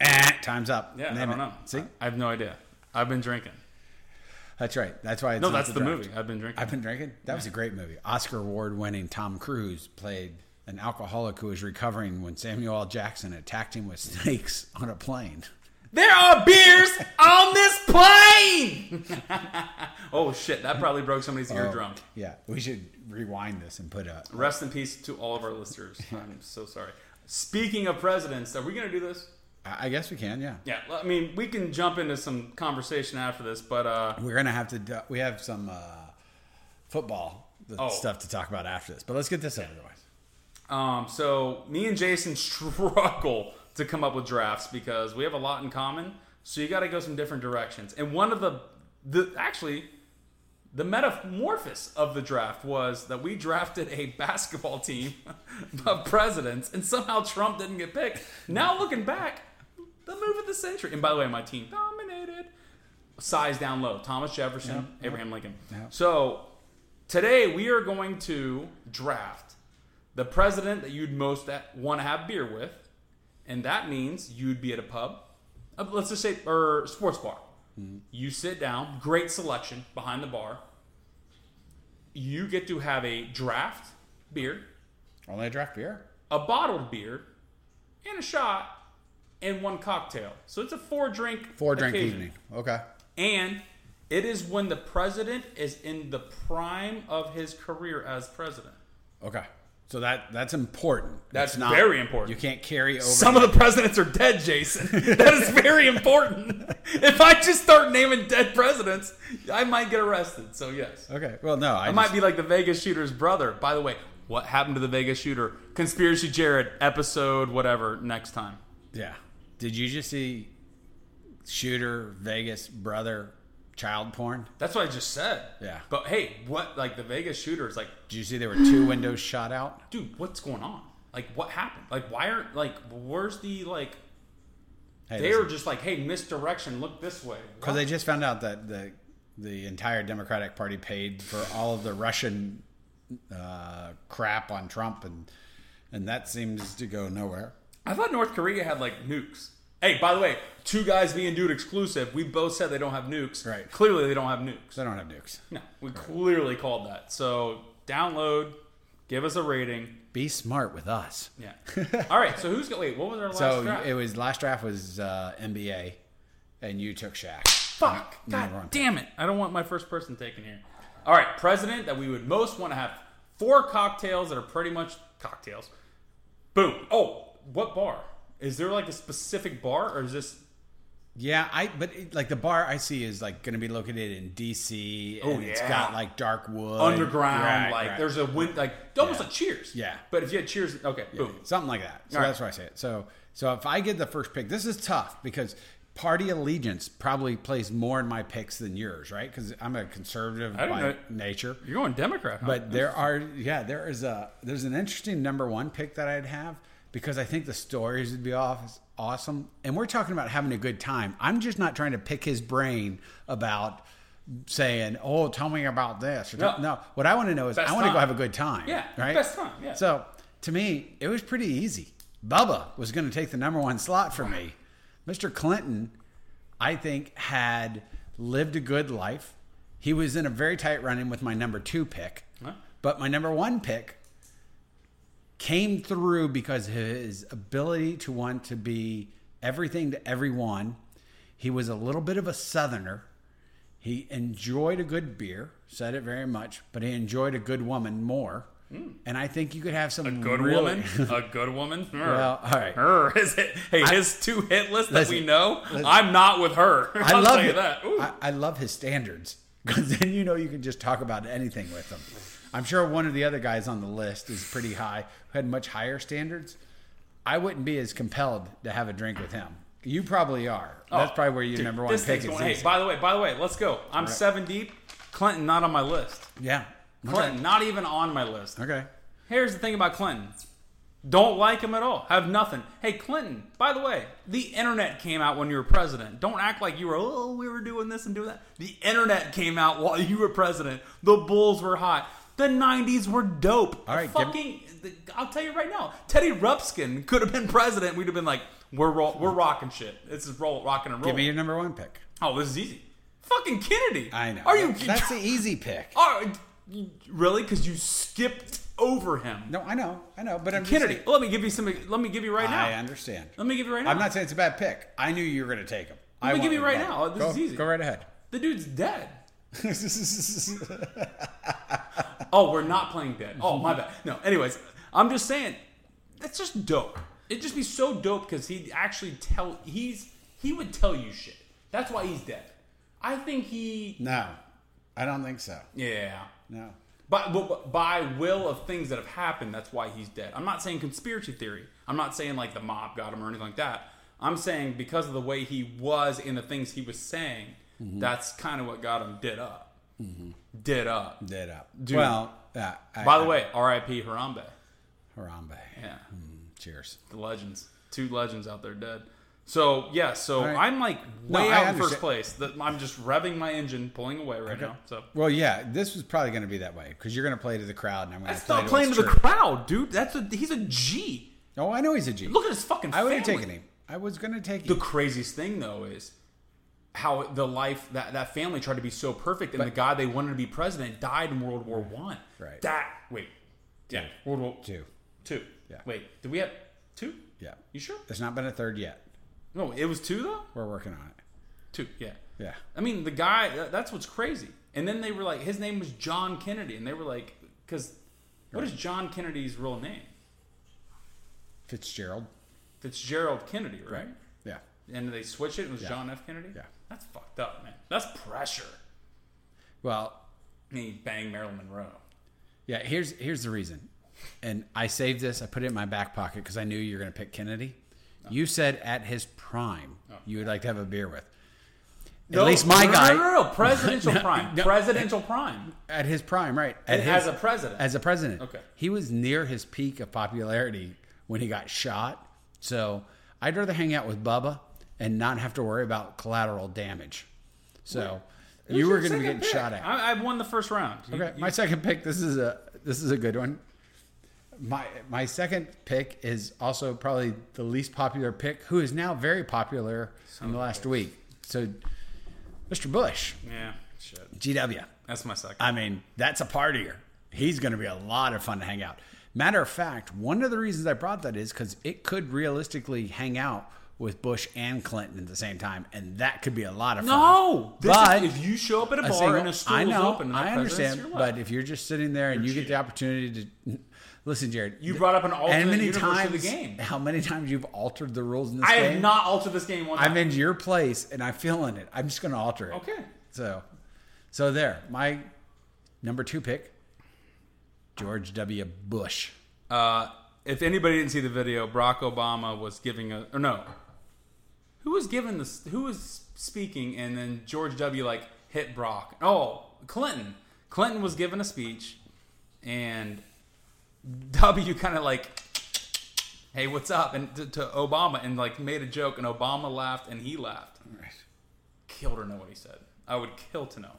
C: Eh, time's up.
B: Yeah, I
C: Name
B: don't
C: it.
B: know.
C: See?
B: I have no idea. I've been drinking.
C: That's right. That's why it's
B: No,
C: not
B: that's the,
C: draft.
B: movie. I've been drinking.
C: I've been drinking. That was a great movie. Oscar award winning Tom Cruise played an alcoholic who was recovering when Samuel L. Jackson attacked him with snakes on a plane.
B: There are beers on this plane. oh shit! That probably broke somebody's
C: Oh.
B: eardrum.
C: Yeah, we should rewind this and put a.
B: Rest in peace to all of our listeners. I'm so sorry. Speaking of presidents, are we gonna do this?
C: I I guess we can. Yeah,
B: Yeah, I mean, we can jump into some conversation after this, but uh,
C: we're gonna have to. Do, we have some uh, football th-
B: Oh.
C: stuff to talk about after this, but let's get this over with.
B: um, so me and Jason struggle to come up with drafts because we have a lot in common. So you got to go some different directions. And one of the, the actually, the metamorphosis of the draft was that we drafted a basketball team of presidents, and somehow Trump didn't get picked. Now looking back, the move of the century. And by the way, my team dominated. Size down low. Thomas Jefferson, Abraham Lincoln.
C: Yeah.
B: So today we are going to draft the president that you'd most want to have beer with, and that means you'd be at a pub, uh, let's just say, or sports bar. You sit down, great selection behind the bar. You get to have a draft beer,
C: Only a draft beer.
B: a bottled beer, and a shot, and one cocktail. So it's a four drink
C: Four drink evening. Okay.
B: and it is when the president is in the prime of his career as president.
C: Okay. So that that's important.
B: That's
C: It's not,
B: very important.
C: You can't carry over.
B: Some of the presidents are dead, Jason. That is very important. if I just start naming dead presidents, I might get arrested. So yes.
C: okay. Well, no, I,
B: I might be like the Vegas shooter's brother. By the way, what happened to the Vegas shooter? Conspiracy Jared episode whatever next time.
C: Yeah. Did you just see shooter Vegas brother child porn?
B: That's what I just said.
C: Yeah.
B: But hey, what like the Vegas shooter is like,
C: Did you see there were two windows shot out?
B: dude, what's going on? Like what happened? Like why aren't like where's the like
C: Hey,
B: they were just like, hey, misdirection, look this way.
C: because they just found out that the the entire Democratic Party paid for all of the Russian uh, crap on Trump, and and that seems to go nowhere.
B: I thought North Korea had like nukes. Hey, by the way, two guys being dude exclusive. We both said they don't have nukes.
C: Right.
B: Clearly they don't have nukes.
C: They don't have nukes.
B: No, we clearly called that. So download, give us a rating.
C: Be smart with us.
B: Yeah. All right. So who's gonna wait? What was our last
C: So
B: draft?
C: it was last draft was uh, NBA, and you took Shaq.
B: Fuck.
C: Number
B: God
C: one.
B: damn it. I don't want my first person taken here. All right. President that we would most want to have four cocktails that are pretty much cocktails. Boom. Oh, what bar? Is there like a specific bar or is this?
C: Yeah, I but it, like the bar I see is like going to be located in DC, and it's
B: Oh, yeah.
C: got like dark wood,
B: underground.
C: Right,
B: like
C: right.
B: there's a wind, like almost like Cheers.
C: Yeah.
B: But if you had Cheers, okay, boom.
C: something like that. So
B: All right.
C: that's why I say it. So so if I get the first pick, this is tough because party allegiance probably plays more in my picks than yours, right? Because I'm a conservative
B: I
C: by
B: didn't know-
C: nature.
B: You're going Democrat, huh?
C: But there are yeah, there is a there's an interesting number one pick that I'd have because I think the stories would be off, awesome. And we're talking about having a good time. I'm just not trying to pick his brain about saying, "Oh, tell me about this." Or,
B: No.
C: no. no, what I want to know is
B: Best
C: I want to go
B: time.
C: have a good time.
B: Yeah,
C: right.
B: best time, yeah.
C: So to me, it was pretty easy. Bubba was going to take the number one slot for me. Mr. Clinton, I think, had lived a good life. He was in a very tight run in with my number two pick,
B: Huh?
C: but my number one pick came through because of his ability to want to be everything to everyone. He was a little bit of a southerner. He enjoyed a good beer, said it very much, but he enjoyed a good woman more. And I think you could have some
B: Hmm. good
C: really-
B: woman, a good woman.
C: Well, all right.
B: Her is it? Hey, his two hit list that we
C: Listen,
B: know. I'm not with her.
C: I
B: will
C: love
B: tell you
C: it.
B: that. Ooh.
C: I, I love his standards because then you know you can just talk about anything with him. I'm sure one of the other guys on the list is pretty high, who had much higher standards. I wouldn't be as compelled to have a drink with him. You probably are. That's probably where your
B: Oh, Dude,
C: number one
B: this
C: pick
B: thing's
C: is.
B: going- Hey,
C: easy.
B: by the way, by the way, let's go. I'm seven deep. Clinton not on my list.
C: yeah.
B: Clinton not even on my list.
C: Okay.
B: Here's the thing about Clinton. Don't like him at all. Have nothing. Hey, Clinton, by the way, the internet came out when you were president. Don't act like you were, oh, we were doing this and doing that. The internet came out while you were president. The Bulls were hot. The 90s were dope.
C: All right, give-
B: Fucking, the- I'll tell you right now, Teddy Rupskin could have been president. We'd have been like, we're, ro- we're rocking shit. This is roll, rocking and
C: Give me
B: rolling.
C: your number one pick.
B: oh, this is easy. Fucking Kennedy.
C: I know.
B: Are you Oh.
C: That's the e- easy pick.
B: All right, You- Really? Because you skipped over him.
C: No, I know, I know, but I'm just
B: Kennedy. Oh,
C: saying-
B: Let me give you some. Let me give you right now.
C: I understand.
B: Let me give you right now.
C: I'm not saying it's a bad pick. I knew you were going to take him. I
B: me give
C: want
B: you
C: him
B: right
C: back.
B: now. This
C: go,
B: is easy.
C: Go right ahead.
B: The dude's dead. Oh, we're not playing dead. Oh, my bad. No. Anyways, I'm just saying that's just dope. It'd just be so dope because he'd actually tell. He's he would tell you shit. That's why he's dead. I think he.
C: no, I don't think so.
B: Yeah.
C: No.
B: By, but by will of things that have happened, that's why he's dead. I'm not saying conspiracy theory. I'm not saying like the mob got him or anything like that. I'm saying because of the way he was and the things he was saying, that's kind of what got him did up. Did up.
C: Dead up. Well, uh, I,
B: By the
C: I-
B: way, R.I.P. Harambe.
C: Harambe. Mm,
B: Yeah,
C: Cheers.
B: the legends. Two legends out there dead. So yeah, so
C: right.
B: I'm like
C: No,
B: way
C: I
B: out in first
C: understand.
B: place. The- I'm just revving my engine, pulling away right now. So
C: Well, yeah, this was probably going to be that way because you're going to play to the crowd, and I'm going to
B: that's
C: play
B: not
C: to
B: playing to
C: what's
B: the
C: true.
B: crowd, dude. That's a he's a G.
C: Oh, I know he's a G.
B: Look at his fucking.
C: I would have
B: family.
C: taken him. I was going to take
B: The
C: him.
B: craziest thing though is how the life that that family tried to be so perfect, and the guy they wanted to be president died in World War One.
C: Right.
B: That wait, yeah, World War
C: Two.
B: Two.
C: Yeah.
B: Wait, did we have two?
C: Yeah.
B: You sure?
C: There's not been a third yet.
B: No, it was two though.
C: We're working on it.
B: Two. Yeah.
C: Yeah.
B: I mean, the guy, tha- that's what's crazy. And then they were like, his name was John Kennedy. And they were like, because what is John Kennedy's real name?
C: Fitzgerald.
B: Fitzgerald Kennedy, right?
C: Yeah.
B: And they switched it and it was John F. Kennedy?
C: Yeah.
B: That's fucked up, man. That's pressure.
C: Well,
B: I mean, bang Marilyn Monroe.
C: yeah. Here's here's the reason, and I saved this. I put it in my back pocket because I knew you were going to pick Kennedy. You said at his prime, you would like to have a beer with.
B: Oh. No,
C: at least my
B: no, no,
C: guy
B: No, no, no. Presidential
C: No,
B: prime.
C: no.
B: Presidential prime.
C: at his prime, right? At
B: And
C: his,
B: as a president.
C: as a president.
B: Okay.
C: He was near his peak of popularity when he got shot. So I'd rather hang out with Bubba and not have to worry about collateral damage. So
B: Who's
C: you
B: your
C: were going to be
B: second
C: getting
B: pick?
C: shot at.
B: I, I won the first round. You-
C: Okay,
B: you-
C: my second pick. This is a this is a good one. My my second pick is also probably the least popular pick, who is now very popular in the last week. So, Mr. Bush,
B: yeah. Shit.
C: GW.
B: That's my second.
C: I mean, that's a partier. He's going to be a lot of fun to hang out. Matter of fact, one of the reasons I brought that is because it could realistically hang out with Bush and Clinton at the same time, and that could be a lot of fun.
B: no. This
C: but
B: is, if you show up at a
C: I
B: bar
C: single-
B: and a stool
C: I know,
B: is open, and the
C: I
B: president's to
C: understand,
B: your left.
C: but if you're just sitting there and you get the opportunity to listen, Jared,
B: You brought up an alternate
C: and many
B: universe
C: times,
B: of the game.
C: How many times you've altered the rules in this
B: I
C: game?
B: have not altered this game one time.
C: I'm into your place and I'm feeling it. I'm just going to alter it.
B: Okay.
C: So, so there, my number two pick, George W. Bush.
B: Uh, if anybody didn't see the video, Barack Obama was giving a or no, who was giving this? Who was speaking? And then George W. like hit Brock. Oh, Clinton. Clinton was giving a speech, and W. kind of like, hey, what's up? And to, to Obama and like made a joke, and Obama laughed and he laughed. Kill to know what he said. I would kill to know.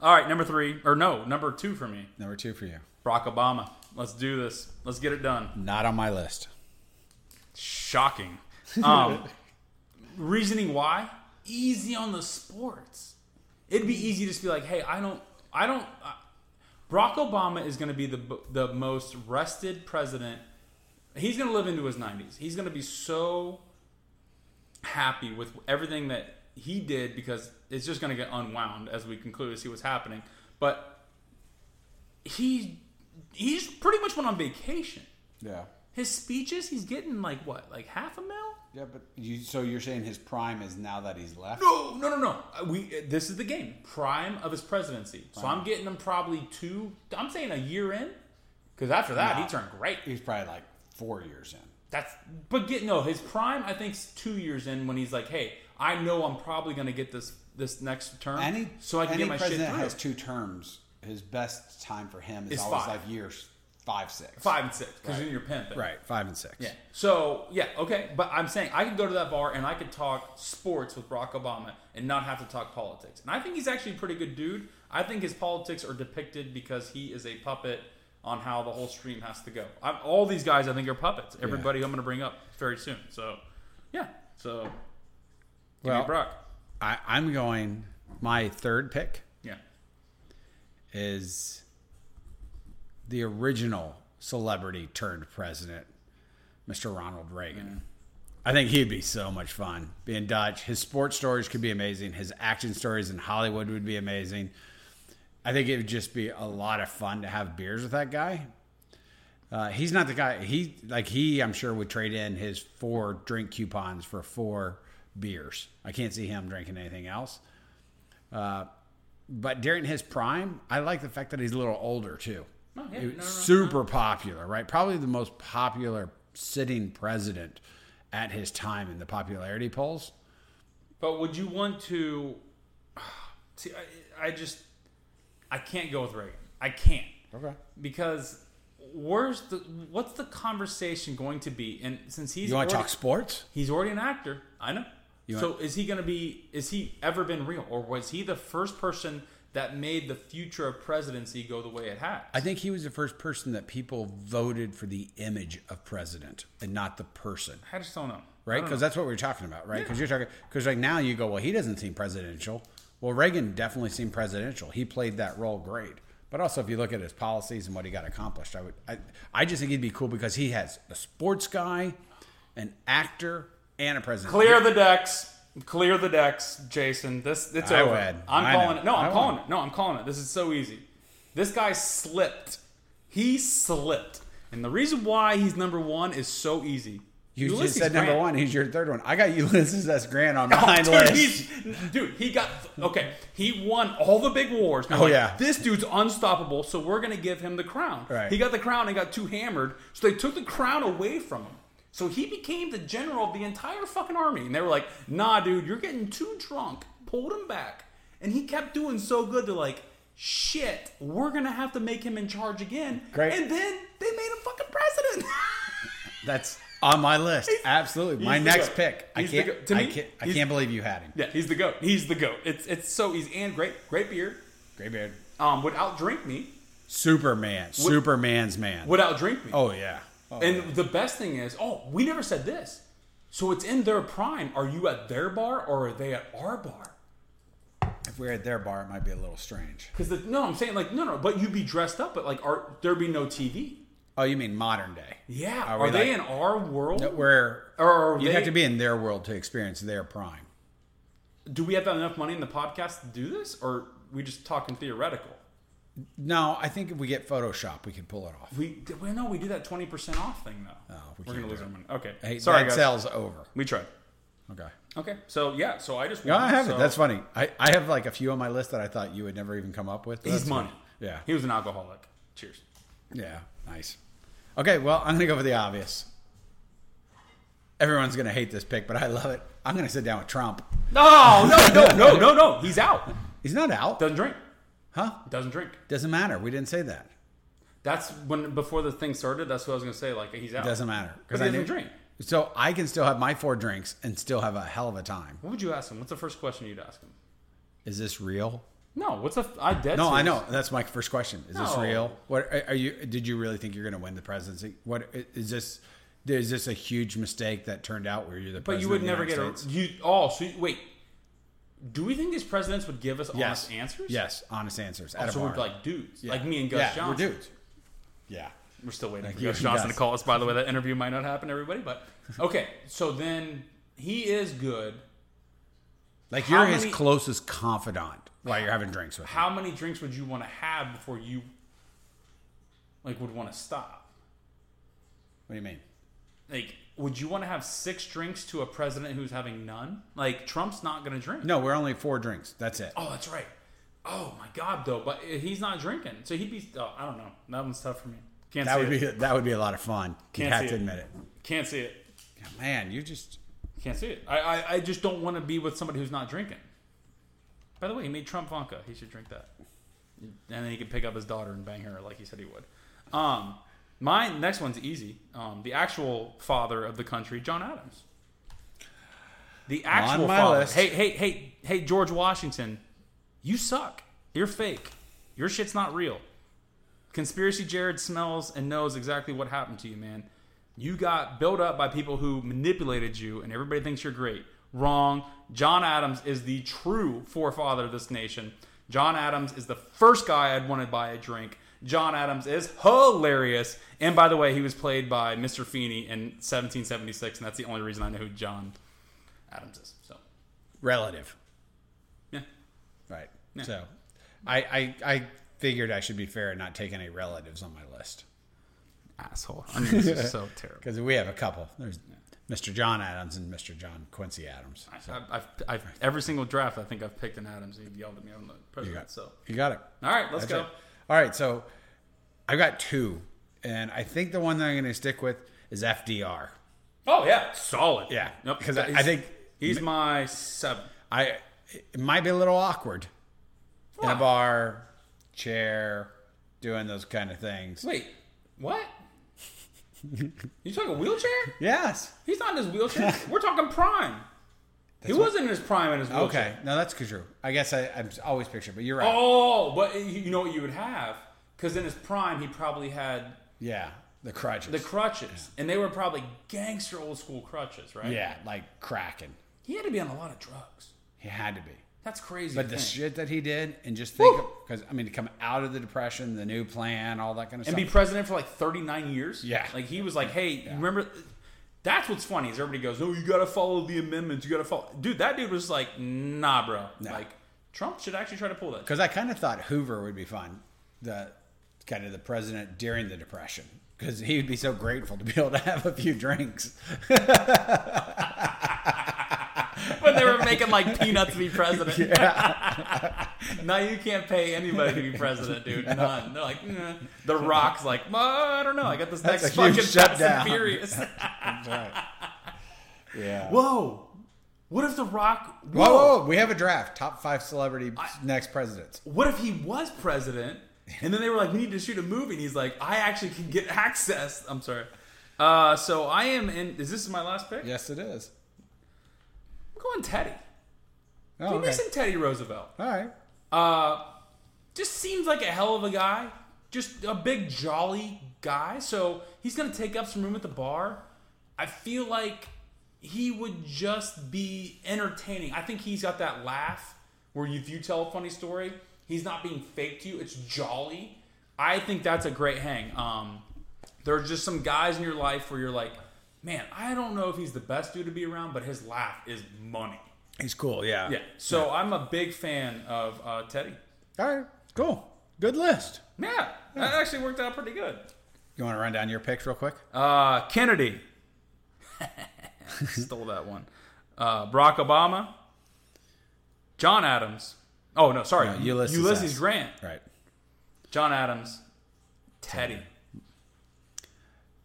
B: All right, number three or no, number two for me.
C: Number two for you.
B: Barack Obama. Let's do this. Let's get it done.
C: Not on my list.
B: Shocking. Um, reasoning why? Easy on the sports. It'd be easy to just be like, hey, I don't, I don't. Uh, Barack Obama is going to be the the most rested president. He's going to live into his 90s. He's going to be so happy with everything that he did because it's just going to get unwound as we conclude to see what's happening. But he he's pretty much went on vacation.
C: Yeah.
B: His speeches, he's getting like what, like half a mil?
C: Yeah, but you, so you're saying his prime is now that he's left?
B: No, no, no, no. Uh, We uh, this is the game prime of his presidency. So I'm getting him probably two. I'm saying a year in, because after that he turned great.
C: He's probably like four years in.
B: That's but get no his prime. I think's two years in when he's like, hey, I know I'm probably gonna get this this next term,
C: Any
B: Uh, so I can
C: any
B: get my shit
C: president
B: through.
C: has two terms. His best time for him is
B: Is
C: always
B: five.
C: like years five, six.
B: Five and six, because you're pimping.
C: Right, five and six.
B: Yeah. So yeah, okay, but I'm saying I could go to that bar and I could talk sports with Barack Obama and not have to talk politics. And I think he's actually a pretty good dude. I think his politics are depicted because he is a puppet on how the whole stream has to go. I'm, all these guys, I think, are puppets. Everybody I'm going to bring up very soon. So yeah. So give me
C: Well-
B: Barack.
C: I, I'm going. My third pick
B: Yeah.
C: is the original celebrity turned president, Mr. Ronald Reagan. I think he'd be so much fun being Dutch. His sports stories could be amazing. His action stories in Hollywood would be amazing. I think it would just be a lot of fun to have beers with that guy. Uh, he's not the guy. He like he, I'm sure, would trade in his four drink coupons for four beers. I can't see him drinking anything else. Uh, but during his prime, I like the fact that he's a little older too.
B: Oh, yeah,
C: He was
B: no, no, no.
C: super popular, right? Probably the most popular sitting president at his time in the popularity polls.
B: But would you want to see? I, I just I can't go with Reagan. I can't
C: Okay.
B: because where's the what's the conversation going to be? And since he's
C: You want to
B: already-
C: talk sports?
B: He's already an actor. I know.
C: You
B: so
C: want-
B: is he going to be? Is he ever been real, or was he the first person that made the future of presidency go the way it has?
C: I think he was the first person that people voted for the image of president and not the person.
B: I just don't know.
C: right? Because that's what we were talking about, right? Because you're talking because like now you go, well, he doesn't seem presidential. Well, Reagan definitely seemed presidential. He played that role great. But also, if you look at his policies and what he got accomplished, I would I, I just think he'd be cool because he has a sports guy, an actor, and a president.
B: Clear the decks. Clear the decks, Jason. This it's
C: I
B: over.
C: would.
B: I'm
C: I
B: calling
C: know.
B: it. No, I'm
C: I
B: calling
C: would.
B: it. No, I'm calling it. This is so easy. This guy slipped. He slipped. And the reason why he's number one is so easy.
C: You
B: Ulysses
C: just said number
B: Grant.
C: one. He's your third one. I got Ulysses S. Grant on my
B: dude,
C: list.
B: he's- dude, he got okay. He won all the big wars. Now,
C: Oh, yeah.
B: this dude's unstoppable. So we're gonna give him the crown.
C: Right.
B: He got the crown and got too hammered. So they took the crown away from him. So he became the general of the entire fucking army. And they were like, "Nah, dude, you're getting too drunk." Pulled him back, and he kept doing so good. They're like, "Shit, we're gonna have to make him in charge again."
C: Great.
B: And then they made him fucking president.
C: That's on my list. Absolutely, my
B: the
C: next
B: goat.
C: pick. I
B: He's the
C: can't.
B: goat. To
C: I
B: me,
C: can't. I
B: he's-
C: can't believe you had him.
B: yeah, he's the goat. He's the goat. It's it's so easy and great. Great beard.
C: Gray beard.
B: um, would outdrink me,
C: Superman. Superman's man.
B: would outdrink me.
C: oh yeah. Oh,
B: and the best thing is, oh, we never said this. So it's in their prime. Are you at their bar or are they at our bar?
C: If we we're at their bar, it might be a little strange.
B: Because no, I'm saying like no, no. But you'd be dressed up, but like, are there be no TV?
C: Oh, you mean modern day?
B: Yeah,
C: Are
B: are,
C: we
B: they in
C: like-
B: our world?
C: That Where
B: Or are
C: you
B: they-
C: have to be in their world to experience their prime.
B: Do we have enough money in the podcast to do this, or we just talking theoretical?
C: No, I think if we get Photoshop, we can pull it off.
B: We well, no, we do that twenty percent off thing though.
C: Oh,
B: We're
C: we can't
B: gonna
C: do
B: lose
C: it.
B: our money. Okay,
C: Hey,
B: sorry
C: that
B: guys.
C: sell's over.
B: We tried.
C: Okay.
B: Okay, so yeah, so I just
C: No, I have
B: so-
C: it. That's funny. I, I have like a few on my list that I thought you would never even come up with. but
B: He's
C: that's
B: money.
C: fine. Yeah.
B: He was an alcoholic. Cheers.
C: Yeah. Nice. Okay. Well, I'm gonna go for the obvious. Everyone's gonna hate this pick, but I love it. I'm gonna sit down with Trump.
B: No, no, no, no, no, no. He's out.
C: He's not out,
B: Doesn't drink.
C: huh?
B: Doesn't drink.
C: Doesn't matter. We didn't say that.
B: That's when before the thing started. That's what I was gonna say. Like he's out.
C: Doesn't matter
B: Because
C: I
B: he doesn't
C: knew-
B: drink.
C: So I can still have my four drinks and still have a hell of a time.
B: What would you ask him? What's the first question you'd ask him?
C: Is this real?
B: No. What's a I dead?
C: No, I
B: serious.
C: know. That's my first question. Is this
B: No.
C: real? What are are you? Did you really think you're going to win the presidency? What is this? Is this a huge mistake that turned out where you're the?
B: But
C: president
B: you would
C: of the
B: never get
C: United
B: a
C: States?
B: you. Oh, so you, wait. Do we think these presidents would give us honest answers?
C: Yes, honest answers. At a
B: So
C: bar.
B: we're like dudes, like me and Gus
C: yeah,
B: Johnson.
C: we're dudes. Yeah.
B: We're still waiting for
C: you,
B: Gus Johnson
C: Gus.
B: to call us. By the way, that interview might not happen, everybody. But okay, so then he is good.
C: Like
B: How
C: you're his
B: many-
C: closest confidant while you're having drinks with him.
B: how many drinks would you want to have before you like would want to stop
C: What do you mean?
B: like would you want to have six drinks to a president who's having none like trump's not going to drink
C: No, we're only four drinks. That's it.
B: oh that's right oh my god though but he's not drinking so he'd be oh, i don't know that one's tough for me can't
C: that
B: see
C: would
B: it
C: be that would be a lot of fun.
B: Can't
C: you have
B: see
C: to
B: it.
C: admit it.
B: can't see it
C: Yeah, man, you just
B: can't see it I, I i just don't want to be with somebody who's not drinking by the way he made trump vodka he should drink that and then he could pick up his daughter and bang her like he said he would. Um, my next one's easy. Um, the actual father of the country, John Adams. The actual
C: my
B: father.
C: list.
B: Hey, hey, hey, hey, George Washington, you suck. You're fake. Your shit's not real. Conspiracy Jared smells and knows exactly what happened to you, man. You got built up by people who manipulated you, and everybody thinks you're great. Wrong. John Adams is the true forefather of this nation. John Adams is the first guy I'd want to buy a drink. John Adams is hilarious. And by the way, he was played by Mr. Feeney in 1776, and that's the only reason I know who John Adams is. So,
C: Relative.
B: yeah.
C: Right. So I, I I figured I should be fair and not take any relatives on my list.
B: Asshole. I mean, this is so terrible.
C: Because we have a couple. There's Mr. John Adams and Mr. John Quincy Adams.
B: I've, I've, I've, every single draft, I think I've picked an Adams. He yelled at me on the
C: You
B: president.
C: got,
B: So,
C: you got it.
B: all right, let's
C: That's
B: go.
C: it. All right, so I've got two, and I think the one that I'm going to stick with is FDR.
B: Oh, yeah. Solid.
C: Yeah,
B: Nope.
C: 'cause I-
B: He's-
C: I think-
B: he's my seven.
C: I it might be a little awkward in a
B: Why?
C: bar, chair, doing those kind of things.
B: Wait, what? you talking wheelchair?
C: Yes.
B: He's not in his wheelchair. We're talking prime. he wasn't in his prime in his wheelchair.
C: Okay. No, that's true. I guess I, I'm always pictured, but you're right.
B: Oh, but you know what you would have? Because in his prime, he probably had
C: Yeah, the crutches.
B: Oh. the crutches, and they were probably gangster old school crutches, right?
C: yeah, like cracking.
B: He had to be on a lot of drugs.
C: He had to be.
B: That's crazy.
C: But
B: to
C: the
B: think.
C: shit that he did, and just think, because I mean, to come out of the depression, the new plan, all that kind of
B: and be
C: stuff.
B: president for like 39 years.
C: Yeah.
B: Like he was like, hey, you remember? That's what's funny is everybody goes, oh, you got to follow the amendments. You got to follow. Dude, that dude was like, nah, bro. Like, Trump should actually try to pull that.
C: Because I kind of thought Hoover would be fun, the kind of the president during the depression, because he would be so grateful to be able to have a few drinks.
B: when they were making like peanuts to be president. now you can't pay anybody to be president, dude. None. They're like, nah. The Rock's like, "Well, I don't know. I got this
C: That's
B: next
C: a huge
B: fucking Fast and
C: shutdown.
B: Furious.
C: Yeah. Whoa,
B: Whoa. What if The Rock?
C: whoa,
B: Whoa.
C: whoa, we have a draft. Top five celebrity next presidents.
B: What if he was president? And then they were like, we need to shoot a movie. And he's like, I actually can get access. I'm sorry. Uh, so I am in. Is this my last pick?
C: Yes, it is.
B: I'm going Teddy.
C: Oh,
B: Give me
C: okay.
B: some Teddy Roosevelt.
C: All right.
B: Uh, just seems like a hell of a guy. Just a big jolly guy. So he's gonna take up some room at the bar. I feel like he would just be entertaining. I think he's got that laugh where if you tell a funny story, he's not being fake to you. It's jolly. I think that's a great hang. Um, there's just some guys in your life where you're like, man, I don't know if he's the best dude to be around, but his laugh is money.
C: He's cool. Yeah.
B: Yeah. So I'm a big fan of uh, Teddy.
C: All right. Cool. Good list.
B: Yeah, that actually worked out pretty good.
C: You want to run down your picks real quick?
B: Uh, Kennedy stole that one. Uh, Barack Obama, John Adams. Oh no, sorry,
C: No, Ulysses
B: Ulysses
C: S.
B: Grant,
C: right.
B: John Adams, Teddy.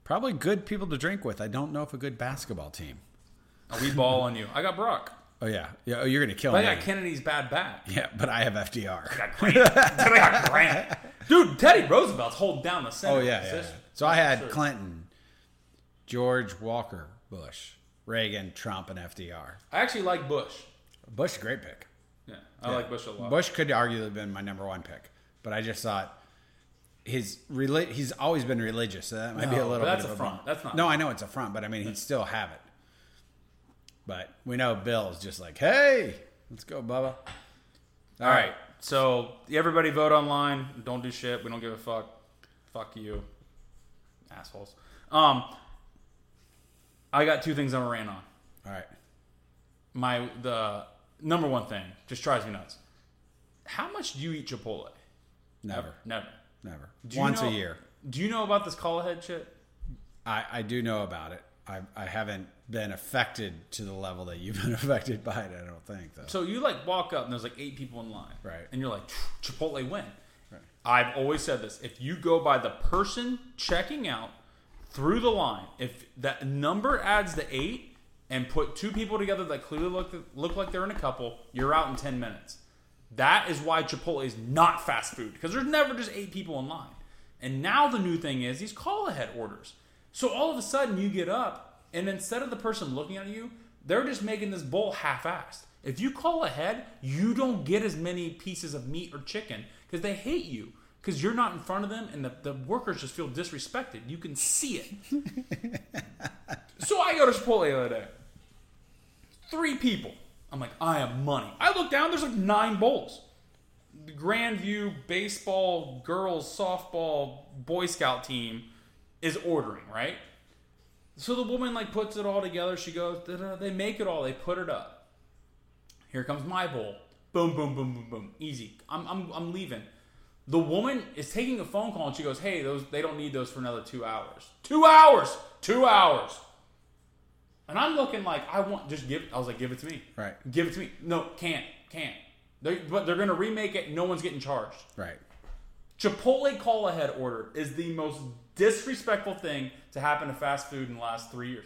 C: Probably good people to drink with. I don't know if a good basketball team.
B: A wee ball on you. I got Barack.
C: Oh yeah. Yeah. Oh, you're gonna kill
B: But
C: me.
B: I got Kennedy's bad back.
C: yeah, but I have FDR.
B: I got Grant. Dude, I got Grant. Dude, Teddy Roosevelt's holding down the center.
C: Oh yeah, yeah.
B: position.
C: So I had
B: Sure.
C: Clinton, George Walker, Bush, Reagan, Trump, and FDR.
B: I actually like Bush.
C: Bush, great pick.
B: Yeah, I like Bush a lot.
C: Bush could arguably have been my number one pick, but I just thought his reli- he's always been religious, so that might be a
B: No,
C: little.
B: but that's
C: bit
B: a
C: of
B: front.
C: bump.
B: That's not-
C: No, I know it's a front, but I mean he'd still have it. But we know Bill's just like, hey, let's go, Bubba.
B: All right. So everybody vote online. Don't do shit. We don't give a fuck. Fuck you, assholes. Um, I got two things I ran on.
C: all right.
B: My the number one thing just drives me nuts. How much do you eat Chipotle?
C: Never,
B: Never.
C: never.
B: Do you
C: Once
B: know-
C: a year.
B: Do you know about this call ahead shit?
C: I, I do know about it. I, I haven't been affected to the level that you've been affected by it. I don't think though.
B: So you like walk up and there's like eight people in line,
C: Right.
B: And you're like, Chipotle win. I've always said this: if you go by the person checking out through the line, if that number adds the eight and put two people together that clearly look look like they're in a couple, you're out in ten minutes. That is why Chipotle is not fast food because there's never just eight people in line. And now the new thing is these call ahead orders. So all of a sudden you get up and instead of the person looking at you, they're just making this bowl half assed. If you call ahead, you don't get as many pieces of meat or chicken because they hate you because you're not in front of them and the, the workers just feel disrespected. You can see it. So I go to Chipotle the other day. Three people. I'm like, I am money. I look down, there's like nine bowls. Grandview baseball girls softball Boy Scout team is ordering, right? So the woman like puts it all together. She goes, "Da-da," they make it all, they put it up. Here comes my bowl. Boom, boom, boom, boom, boom. Easy. I'm, I'm, I'm leaving. The woman is taking a phone call and she goes, "Hey, those they don't need those for another two hours. Two hours. Two hours." And I'm looking like I want just give. I was like, "Give it to me."
C: Right.
B: Give it to me. No, can't, can't. They, but they're gonna remake it. No one's getting charged.
C: Right.
B: Chipotle call ahead order is the most disrespectful thing to happen to fast food in the last three years.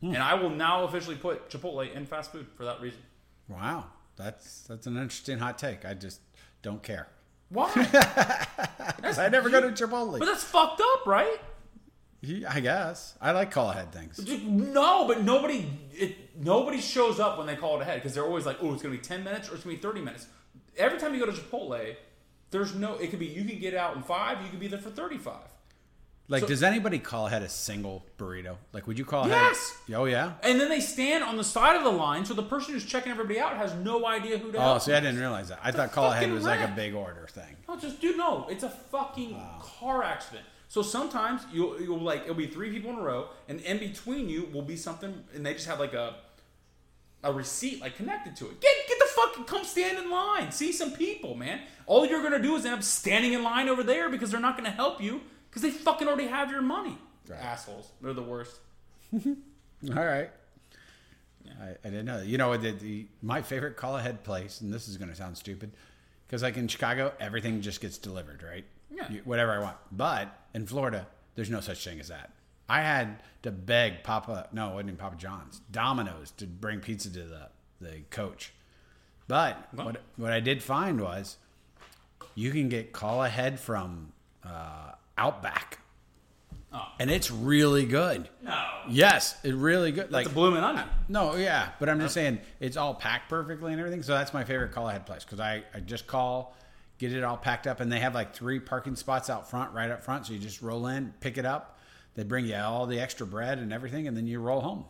C: Hmm.
B: And I will now officially put Chipotle in fast food for that reason.
C: Wow. That's that's an interesting hot take. I just don't care.
B: Why?
C: I never go to Chipotle.
B: but that's fucked up, right?
C: He- I guess I like call ahead things.
B: Just- No, but nobody it, nobody shows up when they call it ahead because they're always like, oh, it's gonna be ten minutes or it's gonna be thirty minutes. Every time you go to Chipotle, there's no. It could be you can get out in five, you could be there for thirty-five.
C: Like,
B: So-
C: does anybody call ahead a single burrito? Like, would you call
B: Yes!
C: ahead? Oh yeah.
B: And then they stand on the side of the line, so the person who's checking everybody out has no idea who to
C: Oh,
B: help.
C: see, I didn't realize that. I thought call ahead
B: fucking
C: was like a
B: rat.
C: big order thing.
B: No, just dude, no. It's a fucking car accident. So sometimes you'll, you'll like it'll be three people in a row, and in between you will be something, and they just have like a a receipt like connected to it. Get get the fucking come stand in line, see some people, man. All you're gonna do is end up standing in line over there because they're not gonna help you because they fucking already have your money.
C: Right.
B: Assholes, they're the worst.
C: All right. I, I didn't know. That. You know, the, the, my favorite call ahead place, and this is going to sound stupid, because like in Chicago, everything just gets delivered, right?
B: Yeah.
C: You- whatever I want. But in Florida, there's no such thing as that. I had to beg Papa, no, it wasn't even Papa John's, Domino's to bring pizza to the, the coach. But what, what I did find was you can get call ahead from uh, Outback.
B: Oh.
C: And it's really good.
B: No,
C: Yes, it really good. Like
B: it's a blooming onion.
C: no, yeah, but I'm just saying it's all packed perfectly and everything. So that's my favorite call ahead place because I, I just call, get it all packed up, and they have like three parking spots out front, right up front. So you just roll in, pick it up. They bring you all the extra bread and everything, and then you roll home.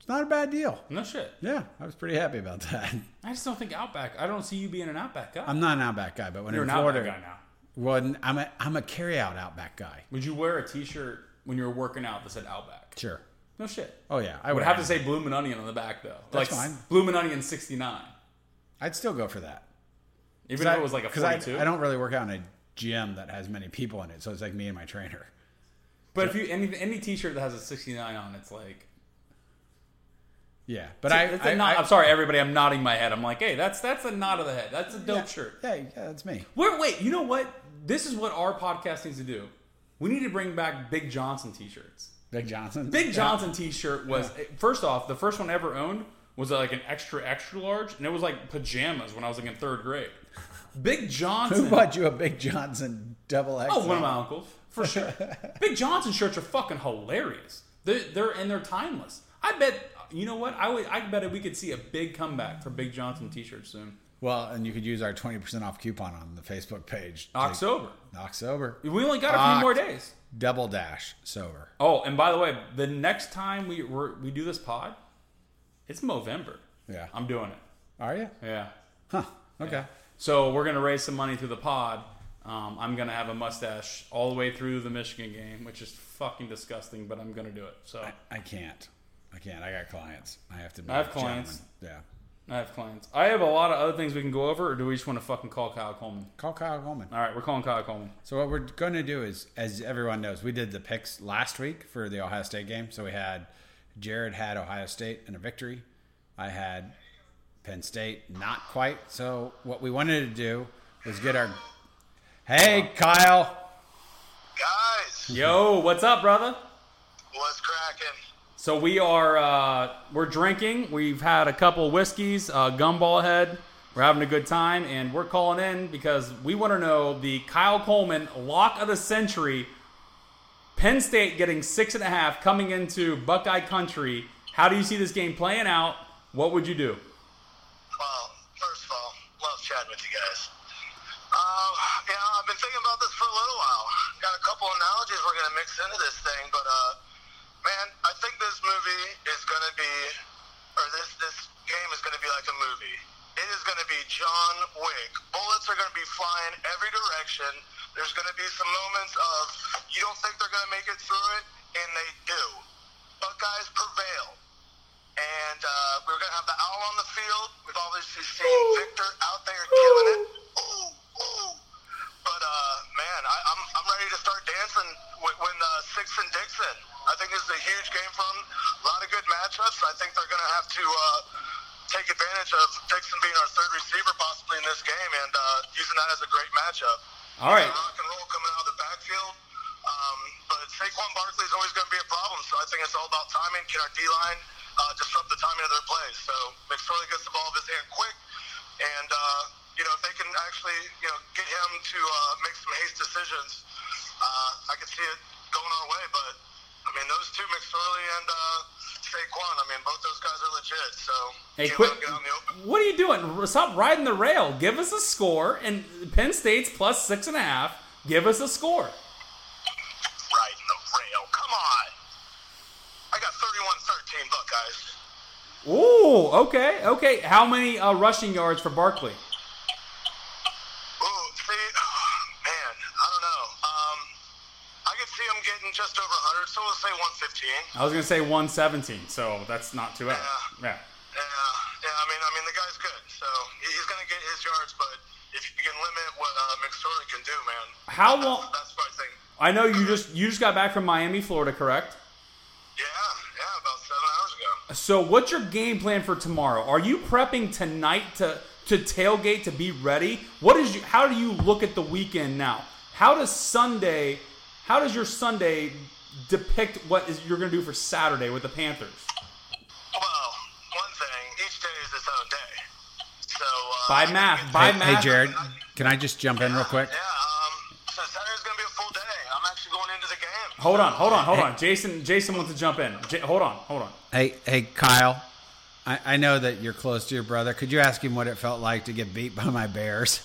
C: It's not a bad deal.
B: No shit.
C: Yeah, I was pretty happy about that.
B: I just don't think Outback. I don't see you being an Outback guy.
C: I'm not an Outback guy, but when
B: You're
C: in
B: an
C: Florida,
B: Outback guy now.
C: well, I'm a I'm a carryout Outback guy.
B: Would you wear a T-shirt when you were working out that said Outback?
C: Sure.
B: No shit.
C: Oh yeah, I
B: I
C: would
B: would have to say Bloomin' Onion on the back though.
C: That's
B: like
C: fine.
B: Bloomin' Onion sixty nine.
C: I'd still go for that.
B: Even if it was like a
C: 'Cause I-
B: forty two.
C: I don't really work out in a gym that has many people in it, so it's like me and my trainer.
B: But if you any any T shirt that has a sixty nine on, it's like.
C: Yeah, but
B: I,
C: I, I,
B: nod,
C: I-
B: I'm sorry, everybody. I'm nodding my head. I'm like, hey, that's that's a nod of the head. That's a dope
C: yeah,
B: shirt.
C: Yeah, yeah, that's me.
B: Wait, wait. You know what? This is what our podcast needs to do. We need to bring back Big Johnson T shirts.
C: Big Johnson.
B: Big Johnson T-shirt was eh, first off the first one I ever owned was uh, like an extra extra large, and it was like pajamas when I was like in third grade. Big
C: Yeah. Who
B: Johnson.
C: bought you a Big Johnson double X?
B: Oh, one of my uncles for sure. Big Johnson shirts are fucking hilarious. They're, they're and they're timeless. I bet you know what I would. I bet that we could see a big comeback for Big Johnson T-shirts soon.
C: Well, and you could use our twenty percent off coupon on the Facebook page.
B: October.
C: October.
B: We only got a few
C: Oct-
B: more days.
C: Double dash sober.
B: Oh, and by the way, the next time we we're, we do this pod, it's Movember.
C: Yeah.
B: I'm doing it.
C: Are you?
B: Yeah.
C: Huh. Okay.
B: So we're gonna raise some money through the pod. Um, I'm gonna have a mustache all the way through the Michigan game, which is fucking disgusting, but I'm gonna do it. So
C: I can't. I can't. I got clients. I have to. Be
B: I have
C: a gentleman.
B: clients.
C: Yeah.
B: I have clients. I have a lot of other things we can go over, or do we just want to fucking call Kyle Coleman?
C: Call Kyle Coleman.
B: All right, we're calling Kyle Coleman.
C: So what we're going to do is, as everyone knows, we did the picks last week for the Ohio State game. So we had Jared had Ohio State in a victory. I had Penn State, not quite. So what we wanted to do was get our. Hey, Kyle.
D: Guys,
B: Yo, what's up, brother?
D: what's cracking?
B: So we are uh, we're drinking. We've had a couple whiskeys, uh, gumball head. We're having a good time, and we're calling in because we want to know the Kyle Coleman lock of the century. Penn State getting six and a half coming into Buckeye Country. How do you see this game playing out? What would you do?
D: Well, first of all, love chatting with you guys. Um, yeah, I've been thinking about this for a little while. Got a couple analogies we're gonna mix into this thing, but uh, man, I think this movie is gonna be, or this this game is gonna be like a movie. It is going to be John Wick. Bullets are going to be flying every direction. There's going to be some moments of you don't think they're going to make it through it, and they do. Buckeyes prevail. And uh, we're going to have the owl on the field. We've obviously seen Victor out there killing it. Ooh, ooh. But, uh, man, I, I'm, I'm ready to start dancing when, when uh, Six and Dixon. I think this is a huge game for them. A lot of good matchups. I think they're going to have to uh, take advantage of Dixon being our third receiver possibly in this game and uh, using that as a great matchup.
B: All right.
D: Rock and roll coming out of the backfield. Um, but Saquon Barkley is always going to be a problem, so I think it's all about timing. Can our D line uh, disrupt the timing of their plays? So McSorley gets the ball of his hand quick, and uh, you know if they can actually you know get him to uh, make some haste decisions, uh, I can see it going our way. But I mean those two, McSorley and uh, Saquon, I mean both those guys are legit. So
B: Hey,
D: can't
B: quit.
D: let 'em get out in the open.
B: What are you doing? Stop riding the rail. Give us a score. And Penn State's plus six and a half. Give us a score.
D: Right in the rail. Come on. I got 31-13 Buckeyes.
B: Ooh, okay, okay. How many uh, rushing yards for Barkley?
D: Ooh, see, man, I don't know. Um, I could see him getting just over 100, so we'll say
B: I
D: 115.
B: was gonna say 117, so that's not too out. Yeah.
D: Yeah, yeah. I mean, I mean, the guy's good, so he- he's gonna get his yards. But if you can limit what uh, McSorley can do, man,
B: How
D: that's,
B: long-
D: That's what I think.
B: I know you just you just got back from Miami, Florida, correct?
D: Yeah, yeah. About seven hours ago.
B: So what's your game plan for tomorrow? Are you prepping tonight to to tailgate to be ready? What is you, how do you look at the weekend now? How does Sunday how does your Sunday depict what is you're gonna do for Saturday with the Panthers?
D: Well, one thing, each day is its own day. So uh,
B: By math, by
C: hey,
B: math.
C: hey, Jared, can I just jump in real quick?
D: Yeah. Um, so Saturday's gonna be a full day. I'm actually going into the game.
B: Hold on, hold on, hold on. Jason Jason wants to jump in. J- hold on, hold on.
C: Hey, hey, Kyle. I, I know that you're close to your brother. Could you ask him what it felt like to get beat by my Bears?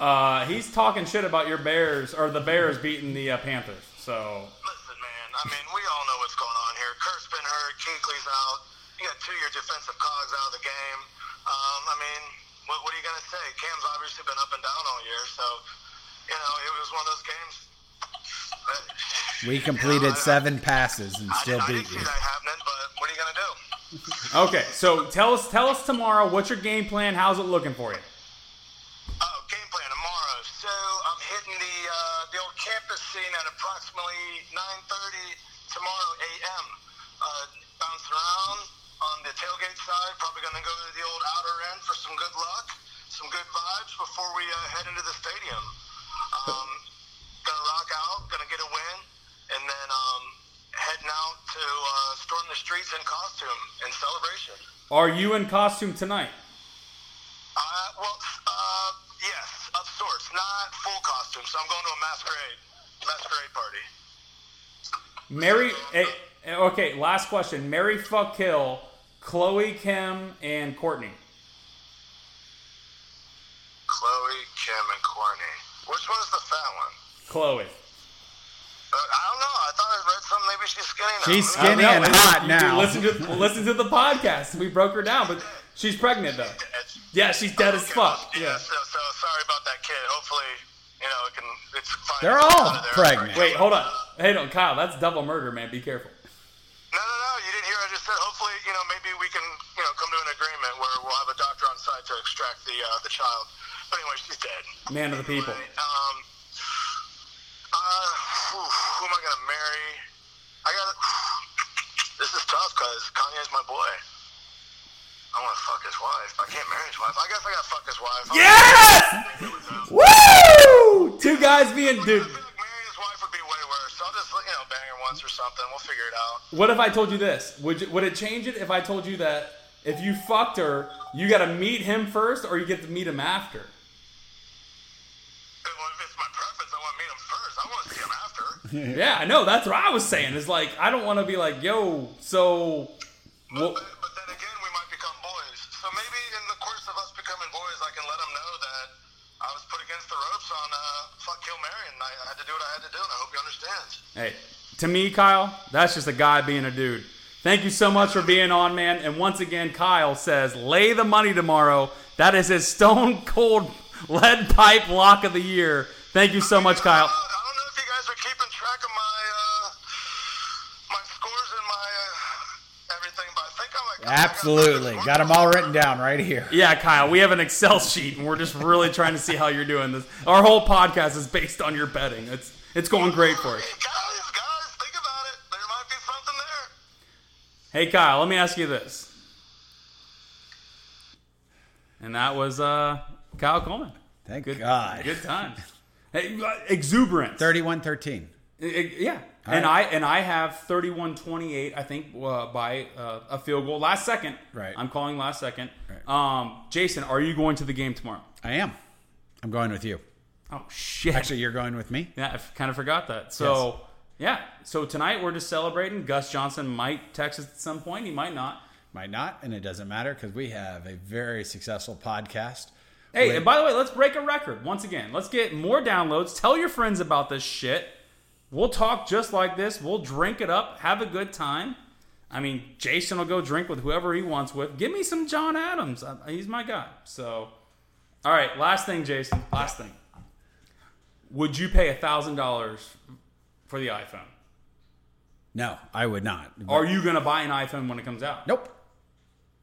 B: Uh, he's talking shit about your Bears or the Bears beating the uh, Panthers. So
D: Listen, man. I mean, we all know what's going on here. Kurt's been hurt. Kinkley's out. You got two of your defensive cogs out of the game. Um, I mean, what, what are you going to say? Cam's obviously been up and down all year, so you know it was one of those games. that-
C: We
D: you know, I-
C: completed
D: I-
C: seven passes and
D: I,
C: still
D: I,
C: beat
D: didn't
C: you.
D: see that happening, but what are you going to do?
B: okay, so tell us tell us tomorrow what's your game plan? How's it looking for you?
D: Oh, game plan tomorrow. So I'm hitting the uh, the old campus scene at approximately 9:30 tomorrow a.m. Uh, bounce around on the tailgate side. Probably going to go to the old outer end for some good luck, some good vibes before we uh, head into the stadium. Um, gonna rock out, gonna get a win, and then um, heading out to uh, storm the streets in costume in celebration.
B: Are you in costume tonight?
D: Uh, well, uh, yes, of sorts. Not full costume, so I'm going to a masquerade masquerade
B: Mary.
D: party.
B: eh, eh, okay, last question. Mary fuck kill. Chloe Kim and Courtney.
D: Chloe, Kim, and Courtney. Which one's the fat one?
B: Chloe.
D: Uh, I don't know. I thought I read something. Maybe she's skinny now.
C: She's
D: Maybe-
C: skinny and hot
B: You can
C: now.
B: Listen to listen to the podcast. We broke her down, but she's pregnant though.
D: It's-
B: Yeah, she's dead as
D: okay,
B: fuck.
D: Yeah.
B: Yeah.
D: So, so sorry about that kid. Hopefully, you know it can. It's fine.
C: They're
D: It's
C: all
D: out of there.
C: pregnant.
B: Wait, hold on. Hey, no, Kyle, that's double murder, man. Be careful.
D: No, no, no. You didn't hear. I just said. Hopefully, you know, maybe we can, you know, come to an agreement where we'll have a doctor on site to extract the uh, the child. But anyway, she's dead.
B: Man of the people.
D: Right, Um, uh, whew, who am I gonna marry? I got. This is tough because Kanye's my boy. I want to fuck his wife. I can't marry his wife. I guess I gotta fuck his wife. I
B: Yes!
D: feel
B: Woo! Two guys being dude.
D: like marrying his wife would be way worse. So I'll just you know bang her once or something. We'll figure it out.
B: What if I told you this? Would you, would it change it if I told you that if you fucked her, you got to meet him first, or you get to meet him after?
D: Well, if it's my preference, I want to meet him first. I want to see him after.
B: Yeah, I know. That's what I was saying. Is like I don't want to be like, yo, so. Well,
D: But, but then again, we might become boys. So maybe in the course of us becoming boys, I can let them know that I was put against the ropes on uh, fuck kill Mary, and I, I had to do what I had to do, and I hope you understand.
B: hey, to me, Kyle, that's just a guy being a dude. Thank you so much for being on, man. And once again, Kyle says, lay the money tomorrow. That is his stone cold lead pipe lock of the year. Thank you so much,
D: I
B: Kyle.
D: don't, I don't know if you guys are keeping track of my uh, my scores and my uh, everything, but I think I'm like
C: Absolutely. Got them all written down right here.
B: Yeah, Kyle, we have an Excel sheet, and we're just really trying to see how you're doing this. Our whole podcast is based on your betting. It's it's going great for us.
D: Guys, guys, think about it. There might be something there.
B: Hey, Kyle, let me ask you this. And that was uh, Kyle Coleman.
C: Thank
B: Good,
C: God.
B: good times. Hey, uh, exuberant.
C: Thirty-one thirteen.
B: I- I- yeah. and I and I have 31-28, I think, uh, by uh, a field goal last second.
C: Right.
B: I'm calling last second.
C: Right.
B: Um, Jason, are you going to the game tomorrow?
C: I am. I'm going with you.
B: Oh shit!
C: Actually, you're going with me.
B: yeah, I kind of forgot that. So yeah, so tonight we're just celebrating. Gus Johnson might text us at some point. He might not.
C: Might not, and it doesn't matter because we have a very successful podcast.
B: Hey,
C: Wait.
B: and by the way, let's break a record once again. Let's get more downloads. Tell your friends about this shit. We'll talk just like this. We'll drink it up. Have a good time. I mean, Jason will go drink with whoever he wants with. Give me some John Adams. I- He's my guy. So, all right. Last thing, Jason. Last thing. Would you pay a thousand dollars for the iPhone?
C: No, I would not.
B: Are you gonna buy an iPhone when it comes out?
C: Nope,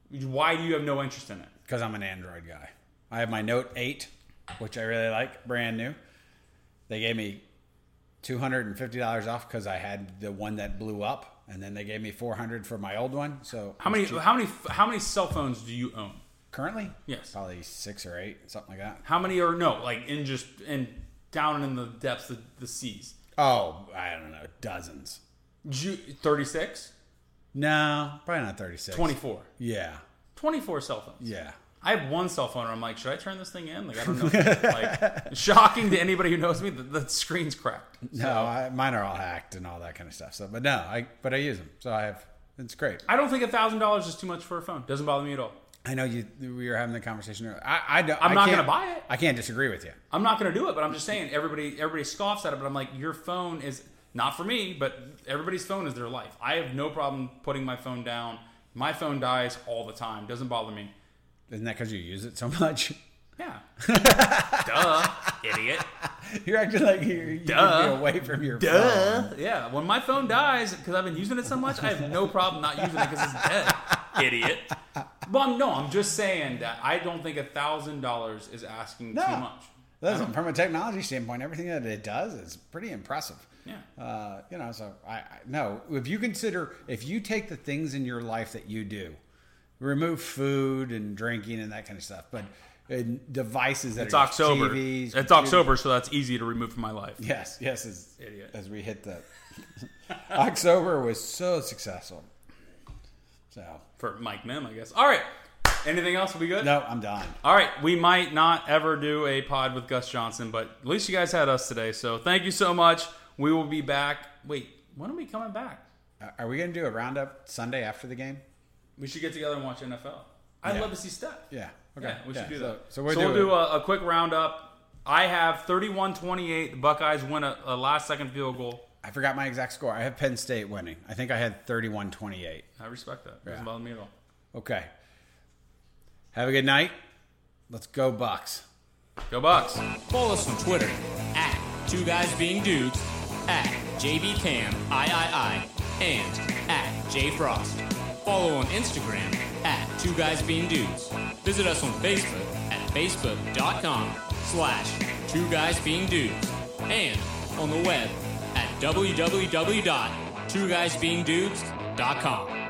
B: Why do you have no interest in it?
C: because I'm an Android guy. I have my Note 8, which I really like, brand new. They gave me $250 off because I had the one that blew up, and then they gave me 400 for my old one. So
B: How many? How many? How many cell phones do you own?
C: currently?
B: Yes.
C: Probably six or eight, something like that.
B: How many are no? Like in just in down in the depths of the seas.
C: Oh, I don't know, dozens.
B: Thirty six.
C: No, probably not 36.
B: 24.
C: Yeah,
B: 24 cell phones.
C: yeah.
B: I have one cell phone, and I'm like, should I turn this thing in? Like, I don't know. like, shocking to anybody who knows me, the, the screen's cracked.
C: No, I, mine are all hacked and all that kind of stuff. So, but no, I but I use them, so I have. It's great.
B: I don't think a thousand dollars is too much for a phone. Doesn't bother me at all.
C: I know you. We were having the conversation. Earlier. I, I don't,
B: I'm
C: I
B: not
C: can't-
B: gonna buy it.
C: I can't disagree with you.
B: I'm not going to do it, but I'm just saying everybody everybody scoffs at it, but I'm like, your phone is not for me, but everybody's phone is their life. I have no problem putting my phone down. My phone dies all the time. Doesn't bother me.
C: Isn't that because you use it so much?
B: Yeah. Duh, idiot.
C: You're acting like you're, you
B: Duh.
C: be away from your phone.
B: Duh. Yeah. When my phone dies because I've been using it so much, I have no problem not using it because it's dead. Idiot. But I'm- no, I'm just saying that I don't think a thousand dollars is asking
C: No.
B: too much.
C: Listen, from a technology standpoint, everything that it does is pretty impressive.
B: Yeah.
C: Uh, you know, so I, I no. If you consider, if you take the things in your life that you do, remove food and drinking and that kind of stuff, but uh, devices that
B: It's
C: are
B: October.
C: TVs,
B: it's
C: computers-
B: October, so that's easy to remove from my life.
C: Yes, yes, as,
B: Idiot.
C: as we hit the October was so successful. So
B: For Mike Mim, I guess. All right. Anything else will be good?
C: no, I'm done.
B: All right, we might not ever do a pod with Gus Johnson, but at least you guys had us today. So thank you so much. We will be back. Wait, when are we coming back?
C: Uh, Are we gonna do a roundup Sunday after the game?
B: We should get together and watch NFL. I'd
C: Yeah.
B: love to see Steph.
C: Yeah.
B: Yeah, we should do
C: so,
B: that.
C: So we'll, do,
B: we'll do
C: it.
B: a, a quick roundup. I have 31 28. The Buckeyes win a, a last second field goal.
C: I forgot my exact score. I have Penn State winning. I think I had 31-28.
B: I respect that. Doesn't
C: Yeah.
B: bother me at all.
C: Okay. Have a good night. Let's go Bucks.
B: Go Bucks.
A: Follow us on Twitter at Two Guys Being Dudes, at JBCamIII, and at JFrost. Follow on Instagram at Two Guys Being Dudes. Visit us on Facebook at facebook.com slash Two Guys Being Dudes, and on the web at www.twoguysbeingdudes.com.